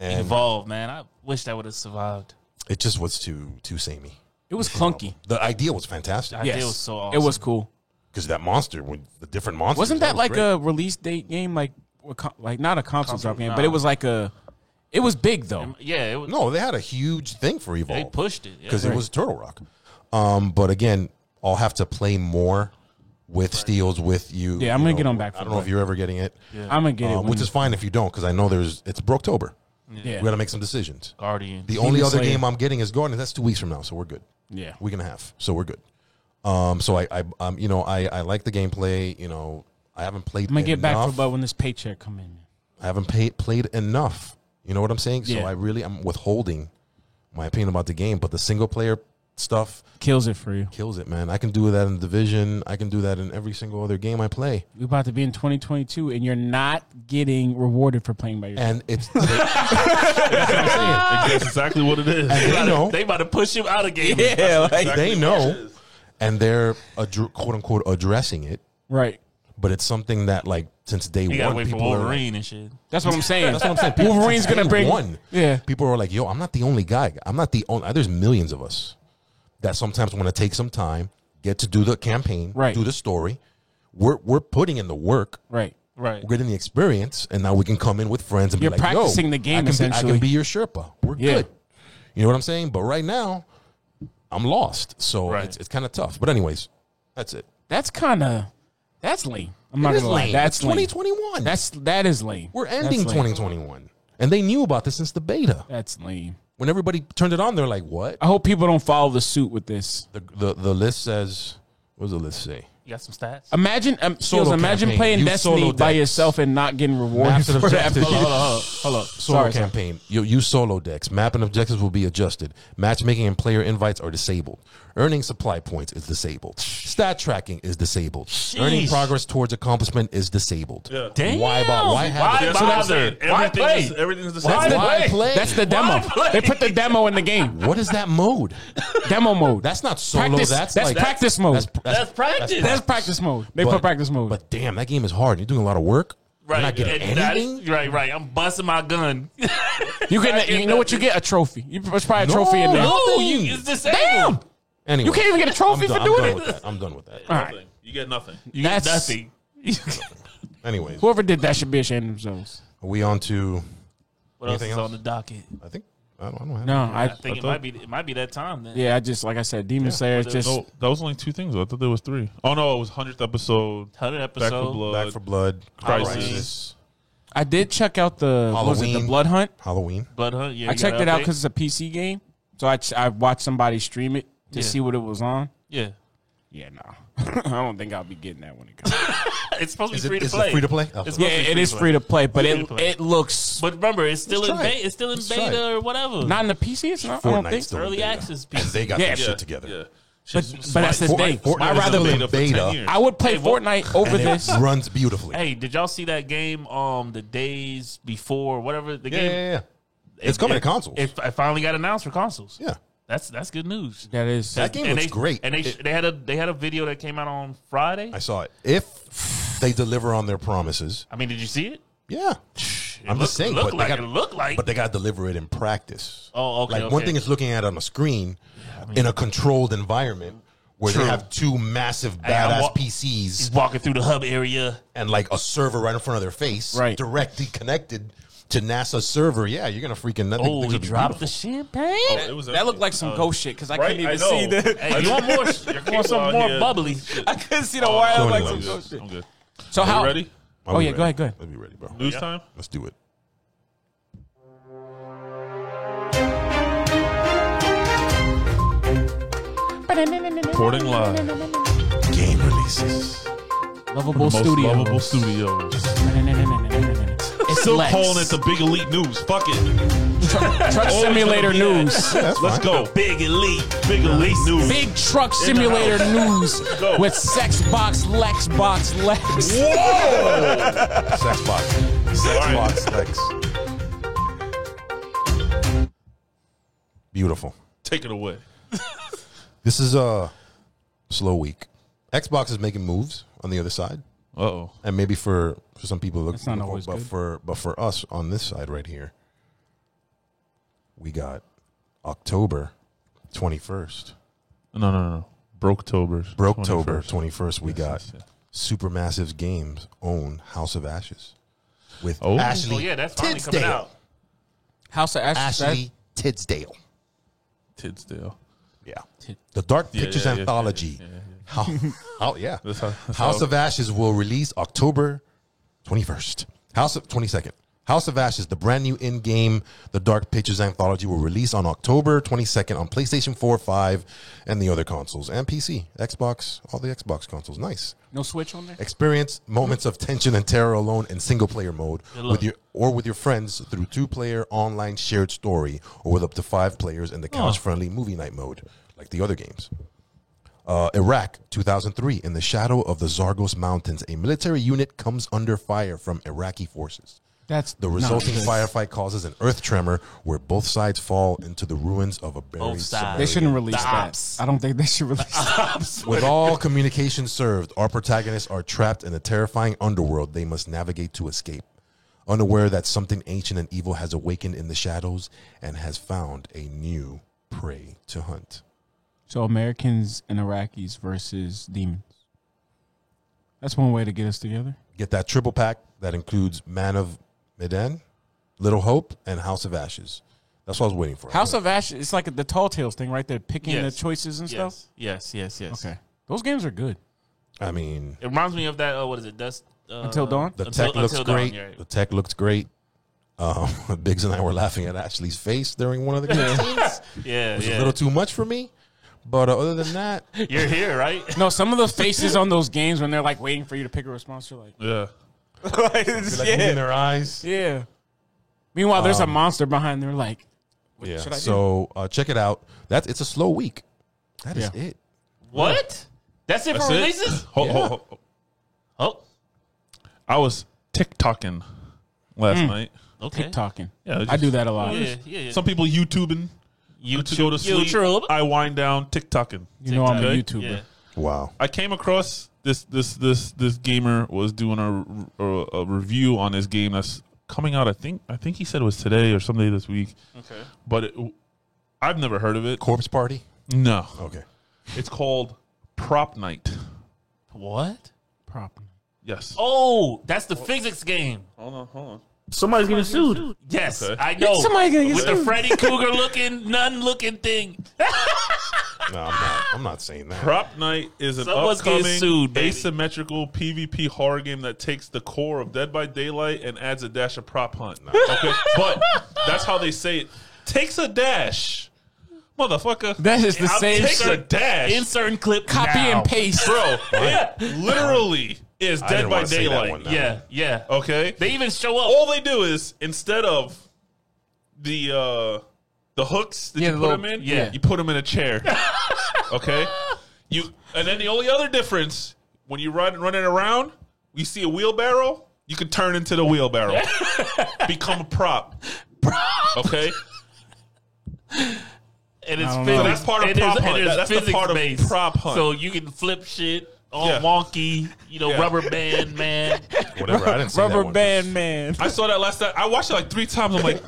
and
Evolve, man. I wish that would have survived.
it just was too too samey.
It was clunky.
The idea was fantastic
I-
Yes,
It was so
It
awesome.
was cool.
because that monster, with the different monsters,
Wasn't that,
was
like
great.
a release date game? Like, or con- like not a console drop game, but it was like a. It was big though.
Yeah, it was,
No, they had a huge thing for Evolve.
they pushed it. Yeah.
because it was Turtle Rock. Um, but again, I'll have to play more with Steels with you.
Yeah, I'm gonna
you know,
get on back
I
for
don't know if
that.
you're ever getting it,
I'm gonna get it.
Uh,
when-
which is fine if you don't, because I know there's it's Brooktober.
yeah.
We got to make some decisions.
Guardian.
The only other
Slayer.
game I'm getting is Guardians. That's two weeks from now, so we're good.
Yeah.
week and a half, so we're good. Um, so I, I um, you know, I, I like the gameplay. You know, I haven't played.
I'm gonna get back
enough.
for Bud when this paycheck come in.
I haven't paid, played enough. You know what I'm saying? So
Yeah.
I really am withholding my opinion about the game, but the single player stuff
Kills it for you.
kills it, man. I can do that in Division. I can do that in every single other game I play.
We're about to be in 2022, and you're not getting rewarded for playing by yourself.
And it's (laughs) they,
That's exactly what (laughs) it is.
they know,
(laughs) They about to push him out of game.
yeah, like,
they know, and they're addr- quote unquote addressing it.
right.
But it's something that like since day
You gotta
one,
wait for
people are like,
Wolverine and shit.
That's what I'm saying.
that's what I'm saying. People- since
Wolverine's gonna
day
bring-
one.
Yeah.
people are like, yo, I'm not the only guy. I'm not the only. There's millions of us that sometimes want to take some time, get to do the campaign,
Right.
do the story. We're we're putting in the work.
Right.
Right.
we're getting the experience, and now we can come in with friends and
You're
be like,
practicing
Yo,
the game,
I can, Be, I
essentially.
can be your Sherpa. We're
Yeah.
good. You know what I'm saying? But right now, I'm lost, so
Right.
it's, it's kind of tough. But anyways, that's it.
That's kind of. That's lame. I'm not
It is
gonna lie.
lame.
That's
It's
lame.
2021.
That's that is lame.
we're
That's
ending
lame.
2021, and they knew about this since the beta.
That's lame.
When everybody turned it on, they're like, "What?"
I hope people don't follow the suit with this.
The the, the list says, "What does the list say?"
You got some stats?
Imagine, um, Shields, imagine
campaign.
playing
You
Destiny
solo
by
decks.
yourself and not getting rewarded
Maps and
for that.
objectives.
Hold on,
Hold
hold
on,
on, hold on.
Solo
Sorry, sorry.
campaign. You use solo decks. Map and objectives will be adjusted. Matchmaking and player invites are disabled. Earning supply points is disabled. Stat tracking is disabled. Earning progress towards accomplishment is disabled.
Yeah.
Damn.
Why about why have
Why
That's
it?
what I'm
bother?
saying.
Why
Everything
play?
is- Everything's the same.
That's the-
Why
Why play?
That's the demo. They put the demo in the game.
What is that mode?
Demo mode.
That's not solo.
Practice-
that's
that's
like,
practice mode.
That's practice.
That's practice mode. They put practice mode.
But damn, that game is hard. You're doing a lot of work. You're
Right.
not getting
and that-
anything.
right, right. I'm busting my
(laughs)
gun.
you get, you know what? You get a trophy. You, it's probably a trophy in there.
No.
Ooh,
Nothing.
you, (laughs) it's disabled.
Damn,
Anyway,
you can't even get a
I'm
trophy for
done- I'm done
doing
with
it.
that. I'm done with that.
All right.
Nothing. You get nothing.
You get
That's-
nothing. (laughs)
Anyways, are
Whoever did that should be ashamed of themselves.
we on to?
What else
Anything
is
else?
on the docket?
I think I don't, I don't have.
No,
I
I.
think it might be it might be that time then.
Yeah, I just like I said, Demon Slayer is just
No, that was only two things. though. I thought there was three. Oh no, it was hundredth episode.
Hundred
Back for
episode.
blood.
Back for Blood,
Crisis.
Crisis,
I did check out the what was it the
Halloween.
Blood Hunt.
Halloween.
Blood Hunt. Yeah,
I
you
checked
got
it out
update?
because it's a PC game, so I ch- I watched somebody stream it to
Yeah.
see what it was on.
yeah,
Yeah, no, (laughs) I don't think I'll be getting that when it comes.
it's supposed to
Is
be
it-
free to
is it
play.
free to play?
It's supposed
yeah,
to be
(laughs) it
free
is
to play.
free to play, but
Free
it
to play.
it looks
But remember, it's still
Let's
in
try
beta.
it.
It's still in
Let's try
beta or whatever.
not in the PC. It's not. I don't think.
Fortnite's still in
Early
beta.
access
and
piece.
they got
Yeah.
their
Yeah.
shit together.
Yeah.
But, but that's the
Fortnite-
thing.
Fortnite
I
is
rather
in
beta.
beta.
I would play
Hey, what-
Fortnite over
And it (laughs)
this.
runs beautifully.
Hey, did y'all see that game? Um, the days before, whatever the
yeah, yeah,
game.
yeah, yeah. It's coming to consoles.
It, it finally got announced for consoles.
Yeah.
That's that's good news.
That is
That game
And
looks
they-
great.
And they they had a they had a video that came out on Friday.
I saw it. If they deliver on their promises,
I mean, did you see it?
yeah.
It
I'm
looked-
just saying,
looked
but
like
they got
it looked like.
but they got to deliver it in practice.
Oh, okay,
Like one
okay.
thing is looking at it on a screen in a controlled environment where
True.
they have two massive
Hey, I'm
badass
wa-
PCs
he's walking through the hub area.
and like a server right in front of their face,
Right.
directly connected to NASA's server. Yeah, you're gonna freaking nothing.
Oh, he dropped the champagne.
oh, It was
That looked like some
uh,
ghost shit because I
right?
couldn't even
I know.
see
(laughs)
(laughs)
the.
Hey, you want more? You want
out
some more
here.
bubbly?
I couldn't see the wire. I
So
was like
anyway.
some
I'm
Some
good. I'm good.
So
Oh, Are
how?
you ready?
Oh, yeah, go ahead, go ahead.
Let me ready, bro.
News time.
Let's do it.
Reporting live.
Game releases.
lovable
Most
studio. (laughs)
lovable studios.
It's
Still
Lex.
calling it the big elite news. Fuck it.
Truck simulator
be that. (laughs)
news.
That's
Let's
fine.
go.
Big elite.
Big elite news.
Big truck simulator (laughs) news
Go.
with sex box, Lex box, Lex. (laughs)
Sex box. Sex
Alright.
box. Lex. Beautiful.
Take it away.
This is a slow week. Xbox is making moves on the other side,
Uh oh.
and maybe for, for some people, look,
That's not always
but
good.
for but for us on this side right here, we got October twenty first,
No, no, no. Broketober's.
Broketober
21st.
twenty first. We got
yes, yes.
Supermassive's Games own House of Ashes with
Oh.
Ashley
Oh yeah, that's finally
Tisdale.
coming out.
House of Ashes.
Ashley Tisdale.
(laughs) Tidsdale.
Yeah. The Dark
Yeah,
Pictures
yeah, yeah,
Anthology.
yeah, yeah,
How, how- yeah.
(laughs) That's how- that's
House
how-
of Ashes will release October 21st. House of 22nd. House of Ashes, the brand new in-game The Dark Pictures Anthology will release on October 22nd on PlayStation 4, 5, and the other consoles and PC, Xbox, all the Xbox consoles. Nice.
No switch on there?
Experience moments of tension and terror alone in single player mode with your or with your friends through two player online shared story or with up to five players in the couch friendly movie night mode like the other games. Uh, Iraq, 2003. In the shadow of the Zargos Mountains, a military unit comes under fire from Iraqi forces.
That's
The
not
resulting
good.
firefight causes an earth tremor where both sides fall into the ruins of a buried
sides.
They shouldn't release
The
that.
ops.
I don't think they should release that. (laughs)
With all communication served, our protagonists are trapped in a terrifying underworld they must navigate to escape. Unaware that something ancient and evil has awakened in the shadows and has found a new prey to hunt.
So Americans and Iraqis versus demons. That's one way to get us together.
Get that triple pack that includes Man of Medan, Little Hope, and House of Ashes. That's what I was waiting for.
House of Ashes, it's like the Tall Tales thing, right? They're picking
Yes.
the choices and
Yes, yes, yes, yes.
stuff. Okay. Those games are good.
I mean,
It reminds me of that. Uh, what is it? Dust uh,
Until Dawn?
the
Until-
tech looks
until dawn,
great.
you're right.
The tech looks great. Um, (laughs) Biggs and I were laughing at Ashley's face during one of the games.
Yeah,
It's
yeah.
a little too much for me. But uh, other than that,
You're here, right?
No, some of the faces on those games when they're like waiting for you to pick a response, you're like,
Yeah.
(laughs)
like moving their eyes.
yeah. Meanwhile, there's a monster behind. They're like,
Um, Yeah.
should I do?
So uh, check it out. That's it's a slow week. That is
Yeah.
it.
what? That's it
That's
for
it?
releases?
Ho, ho, ho, ho.
Oh,
I was TikToking last night.
okay.
TikToking.
Yeah,
I
just-
do that a lot.
Yeah, yeah, yeah.
Some people YouTubing. You to go to sleep.
YouTube.
I wind down TikToking.
You know I'm a
Okay.
YouTuber.
Yeah.
Wow.
I came across this this this this gamer was doing a, a, a review on this game that's coming out. I think I think he said it was today or someday this week.
Okay.
But it, I've never heard of it.
Corpse party.
No,
Okay.
it's called Prop Night.
What?
Prop.
Yes.
Oh, that's the physics game.
Hold on, hold on.
Somebody's getting sued. Yes,
Okay.
I know.
Somebody gonna get
with the
sued.
Freddy Cougar looking, nun looking thing.
No, I'm not. I'm not saying that.
Prop Night is an
Someone's getting
upcoming
sued, baby.
asymmetrical PvP horror game that takes the core of Dead by Daylight and adds a dash of prop hunt. Okay, but that's how they say it. Takes a dash, motherfucker.
That is the
I'll
same
Takes a
shit.
dash,
Insert clip.
Copy
now.
and paste.
bro. yeah, literally is Dead
didn't
by
wanna say that
Daylight.
one, though.
Yeah, yeah.
Okay,
They even show up.
all they do is instead of the uh the hooks that
Yeah,
you
the
put
little-
them in,
yeah.
you put them in a chair. (laughs) okay, you and then the only other difference when you run running around,
(laughs)
you see a wheelbarrow, you can turn into the wheelbarrow, become a prop. Okay,
And it's
don't
physics.
know.
So that's part of
and it's-
prop hunt.
and it's
That- that's the
physics
part of
based.
prop hunt.
So you can flip shit all
Yeah.
wonky, you know,
Yeah.
rubber band
(laughs)
man.
Whatever. I didn't see that
Rubber
one.
band man.
I saw that last night. I watched it like three times. I'm like,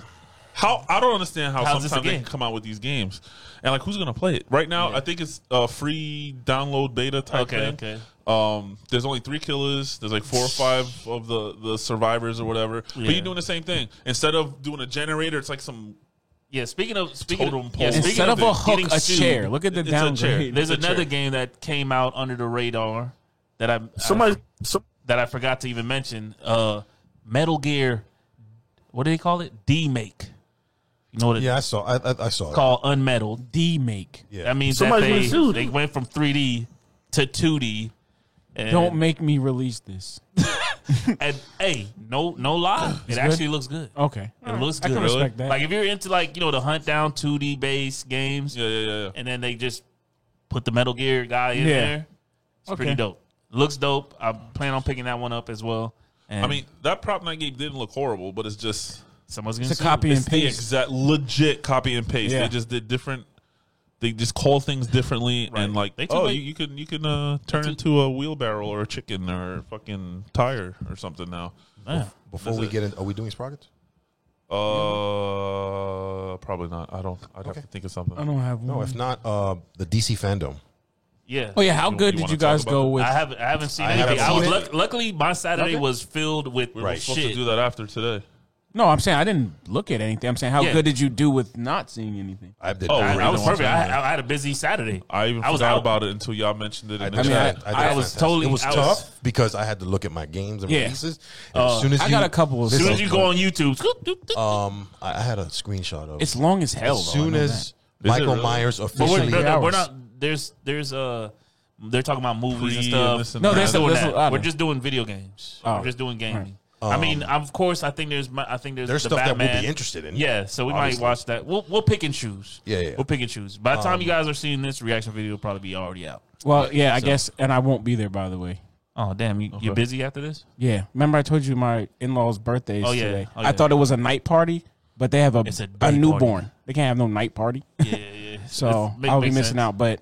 how? I don't understand how
How's this a
sometimes they
game?
can come out with these games, and like, who's gonna play it? Right now, I think it's a free download beta type
Okay,
thing.
okay.
Um, there's only three killers. There's like four or five of the the survivors or whatever. But
Yeah.
you're doing the same thing. Instead of doing a generator, it's like some
Yeah, speaking of speaking
Totem
of,
pole.
yeah, speaking
Instead
of,
of a
getting
hook, a
sued,
chair. Look at the
It's a chair.
downgrade.
There's another game that came out under the radar that I
Somebody,
I-
some,
that I forgot to even mention. Uh, Metal Gear, what do they call it? D Make. You know what it's
Yeah, I saw. I, I, I saw. It.
called? Unmetal.
D make.
Yeah.
That means that
Somebody's
they,
been sued.
they went from 3D to 2D. And,
Don't make me release this.
and hey, no no lie, it actually looks good.
Okay.
It looks
I
good.
can respect that.
Like if you're into like you know the hunt down 2D based games,
yeah yeah yeah. yeah.
and then they just put the Metal Gear guy in
Yeah.
there. It's pretty
Okay.
dope. Looks dope. I plan on picking that one up as well. And
I mean, that prop night game didn't look horrible, but it's just
someone's gonna
It's a
sue.
copy and
it's the
paste.
exact legit copy and paste.
Yeah.
They just did different. They just call things differently,
Right.
and like,
They took
oh,
like-
you, you can you can uh, turn into a wheelbarrow or a chicken or a fucking tire or something now.
Man.
Before we get in, are we doing sprockets?
Uh, probably not. I don't. I'd have to think of something.
I don't have one.
No, if not, uh, the DC fandom.
Yeah.
oh yeah, how
You-
good
you
did
wanna
you guys
talk
go
about
with?
I haven't. I haven't seen
I
anything.
haven't
I was
seen
luck, luckily my Saturday
Okay.
was filled with
We were
right.
supposed
shit.
to do that after today.
no, I'm saying I didn't look at anything. I'm saying how
Yeah.
good did you do with not seeing anything?
I did.
Oh,
I,
Really
I was
don't want
perfect.
to
I,
do
I had a busy Saturday.
I even
I was
forgot
out.
about it until y'all mentioned it. In the
did
mean,
chat.
I-
fan-
I
did
was
fantastic.
totally-
It was
I was-
tough because I had to look at my games and
Yeah.
releases. And as soon as
I
you,
got a couple of
As soon
stuff,
as you go on YouTube,
Um, I I had a screenshot of.
It's long as hell.
as soon as
Is it
Michael
really?
Myers
but we're,
officially.
no, no, we're
hours.
not. There's there's uh they're talking about movies
Free
and
and
stuff.
this and
No,
that.
We're
that's
not doing
that's
that.
what I
We're
know.
just doing video games.
Oh.
We're just doing gaming. I mean, of course, I think there's my, I think there's
Oh. There's
the
stuff that we'll be
Batman.
interested in,
Yeah, so we
obviously.
might watch that. We'll we'll pick and choose.
Yeah, yeah, Um, yeah.
We'll pick and choose. By the time you guys are seeing this reaction video, will probably be already out.
well, yeah, I guess, and I won't be there by the way.
Oh damn, you, you're busy after this.
Yeah, remember I told you my in-laws' birthdays
Oh, yeah.
today.
Oh,
I
yeah.
thought it was a night party, but they have a
It's a
a,
day party.
newborn. They can't have no night party,
Yeah, yeah. yeah.
so
It's- make-
I'll be
makes
missing
sense.
out. But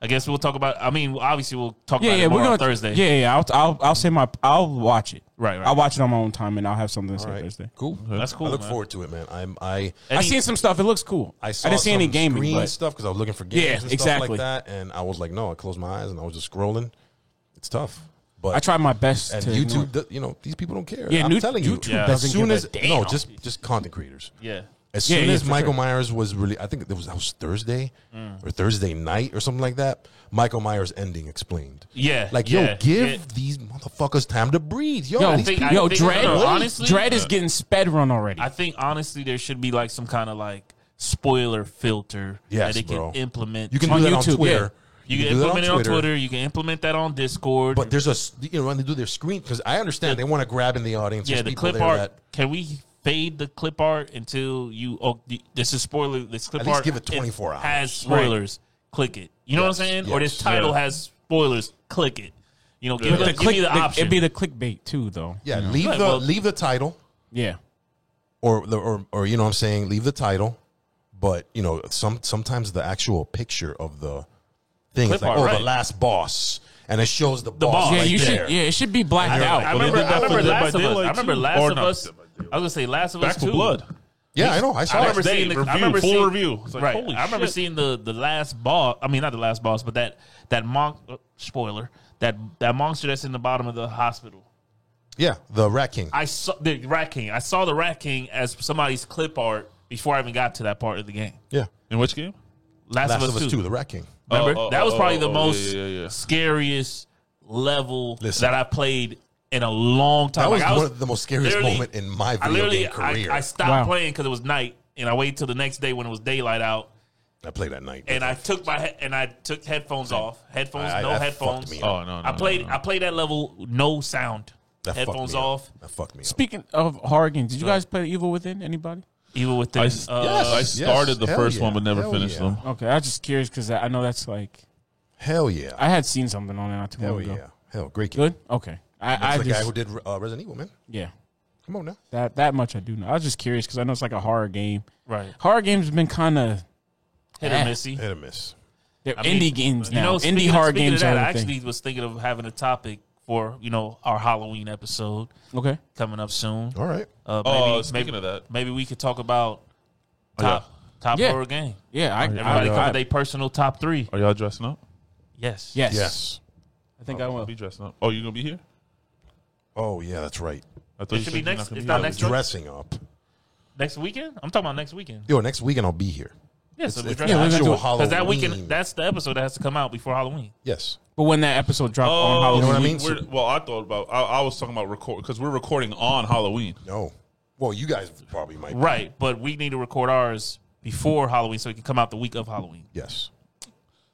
I guess we'll talk about. I mean, obviously, we'll talk
yeah,
about
yeah,
it more
we're gonna
on Thursday.
Yeah, yeah, I'll I'll, I'll say my I'll watch it.
Right, right.
I'll watch it on my own time, and I'll have something to say Thursday.
cool.
that's cool.
I look
man.
forward to it, man. I'm I.
I
Any-
seen some stuff. It looks cool.
I, saw
didn't see any
some
gaming,
screen
but
stuff because I was looking for games
Yeah,
and stuff
exactly.
like that, and I was like, no, I closed my eyes and I was just scrolling. It's tough, but
I tried my best.
And
to
YouTube, th- you know, these people don't care.
Yeah,
I'm
new-
telling
YouTube
you,
Yeah.
as
doesn't
soon
give a
as no,
damn.
just just content creators.
Yeah.
As
Yeah,
soon
yeah,
as
for
Michael
sure. Mm.
Myers was really, I think it was that was Thursday or Thursday night or something like that. Michael Myers ending explained.
Yeah.
Like,
yeah,
yo, give
yeah.
these motherfuckers time to breathe. Yo,
Yo,
these
think-
people-
I
yo,
think-
Dread,
no, no, honestly-
Dread is getting sped run already.
I think honestly, there should be like some kind of like spoiler filter
Yes,
that it can
bro.
implement.
you can
on
do that
YouTube,
on Twitter.
You can,
do that
implement it on Twitter. You can implement that on Discord.
But there's a, s- you know, when they do their screen, because I understand they want to grab in the audience.
yeah,
There's
the
people
clip
there
art.
that-
Can we fade the clip art until you? Oh, the- this is spoiler. This clip
At least
art
give it 24 hours.
Has spoilers. Click it. You know what I'm saying? Or this
yes.
title
Yeah.
has spoilers. Click it. You know, give,
The
the, give
click-
me the,
the-
option.
It'd be the clickbait too, though.
Yeah, leave
Right,
the
well-
leave the title
Yeah.
or the or, or you know what I'm saying, leave the title, but you know, some sometimes the actual picture of the thing
Clip
is like,
art,
oh,
right.
the last boss, and it shows the, boss,
boss.
Yeah,
right
you
there.
should. Yeah, it should be blacked out.
I
Well, they
remember,
did that
I
for
remember
Dead by
Last of Us.
Daylight,
I remember
too.
Last
Or
of
not
Us.
Dead by
I was gonna say Last of
Back
Us
for
too.
Blood.
Yeah, I know. I
I
saw
remember
it.
Next day,
seeing the I
review,
remember
full
seeing,
review. It's like,
right.
holy
I remember
shit.
seeing the the last boss. I mean, not the last boss, but that that monk uh, spoiler that that monster that's in the bottom of the hospital.
Yeah, the Rat King.
I saw the Rat King. I saw the Rat King as somebody's clip art before I even got to that part of the game.
yeah,
In which game?
Last,
Last of Us Two, the Rat King.
Remember
Oh, oh,
that was
oh,
probably
oh,
the
oh,
most
yeah, yeah, yeah.
scariest level
Listen.
that I played in a long time.
That was
Like, I
one of the most scariest
literally-
moment in my
I
video
literally
game career.
I, I
I,
stopped
Wow.
playing because it was night, and I waited till the next day when it was daylight out,
played that night.
and I took my he- and I took headphones off. Headphones,
I-
no
that
headphones.
fucked me up.
Oh no, no
I played
No,
I played that level no sound.
that fucked
headphones
me up.
off.
That fucked me. Up.
Speaking of horror games, did you guys play Evil Within? Anybody?
Even with the
I,
uh,
I started the
hell
first
yeah,
one but never
hell
finished
yeah.
them.
Okay, I was just curious because I I know that's like
Hell yeah.
I had seen something on it not too
hell
long ago.
yeah. Hell, great game.
Good. Okay. I,
That's
I
the guy
just
who did uh, Resident Evil, man.
yeah.
Come on now.
That that much I do know. I was just curious because I know it's like a horror game.
Right.
Horror games have been kind of
Hit or missy.
Hit or miss.
they're
I
indie
mean,
games
you
now.
know,
indie
speaking of-
horror
speaking of
games
that,
are
I
the thing.
actually was thinking of having a topic for you know our Halloween episode
Okay.
coming up soon.
All right.
Uh,
Oh,
maybe,
speaking
maybe,
of that.
maybe we could talk about
Oh, yeah.
top top
Yeah.
horror game.
Yeah, I, I,
Everybody
I-
come with their personal top three.
Are y'all dressing up?
Yes.
yes.
Yes.
I think I
I'll
will.
be dressing up. Oh, you gonna be here?
Oh yeah, that's right.
I thought
It should be
said you're
next-
gonna
it's
here.
not next month?
Dressing up.
Next weekend? I'm talking about next weekend.
Yo, next weekend I'll be here.
Yes. Yeah, so we
It's
dress
yeah, we're
up.
gonna do
actual
it.
Halloween.
Because that weekend, that's the episode that has to come out before Halloween.
yes.
But when that episode dropped on
Oh,
Halloween,
You know what I mean?
we're- well, I thought about. I, I was talking about record because we're recording on Halloween.
No. Well, you guys probably might. be.
Right. But we need to record ours before Halloween so it can come out the week of Halloween.
Yes.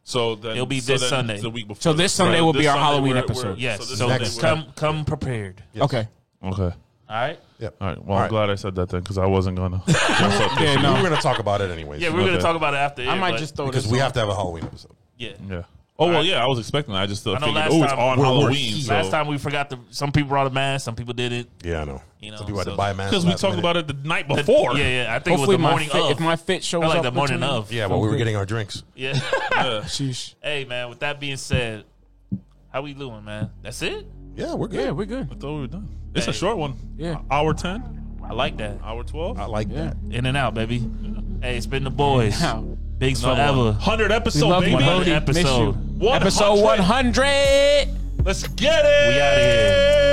So then
It'll be
so
this
then
Sunday.
The week before.
So this Sunday will be
This
our Halloween
we're-
episode.
we're-
Yes.
this
So,
Sunday
next
we're-
come come prepared.
Okay.
Okay.
All right.
Yep.
All right. Well, I'm
right.
glad I said that then because I wasn't gonna. dress up this
Yeah,
We
no.
were gonna talk about it anyways.
Yeah, we're gonna
Okay.
talk about it after.
I
air,
might
but-
just throw
because
this
we
on.
have to have a Halloween episode.
yeah.
year. Yeah. Oh well, yeah. I was expecting. That. I just uh,
I know
figured,
last
oh, it's
time-
on
We're- we're
Halloween.
here.
so-
Last time we forgot the some people brought a mask, some people didn't.
Yeah, I know.
You know,
Some people had
so-
to buy masks
Because we
last
talked
minute.
about it the night before.
Yeah, yeah. I think
Hopefully,
it was the
my
morning
fit,
of.
if my fit shows
Felt like
up
the morning
between-
of.
Yeah, but we were getting our drinks.
Yeah. (laughs)
Sheesh.
hey man, with that being said, how we doing, man? That's it?
Yeah, we're good.
Yeah, we're
(laughs)
good.
I thought we were done. It's
Hey.
a short one. Uh,
Yeah.
Hour ten.
I like that.
Hour twelve.
I like
Yeah.
that.
In and out, baby. Hey, it's been
(laughs)
the boys.
Now,
Bigs forever.
Hundred
we
episode,
love you,
baby.
Brody.
Brody. Miss you.
100.
Episode 100.
Let's get it.
We outta here.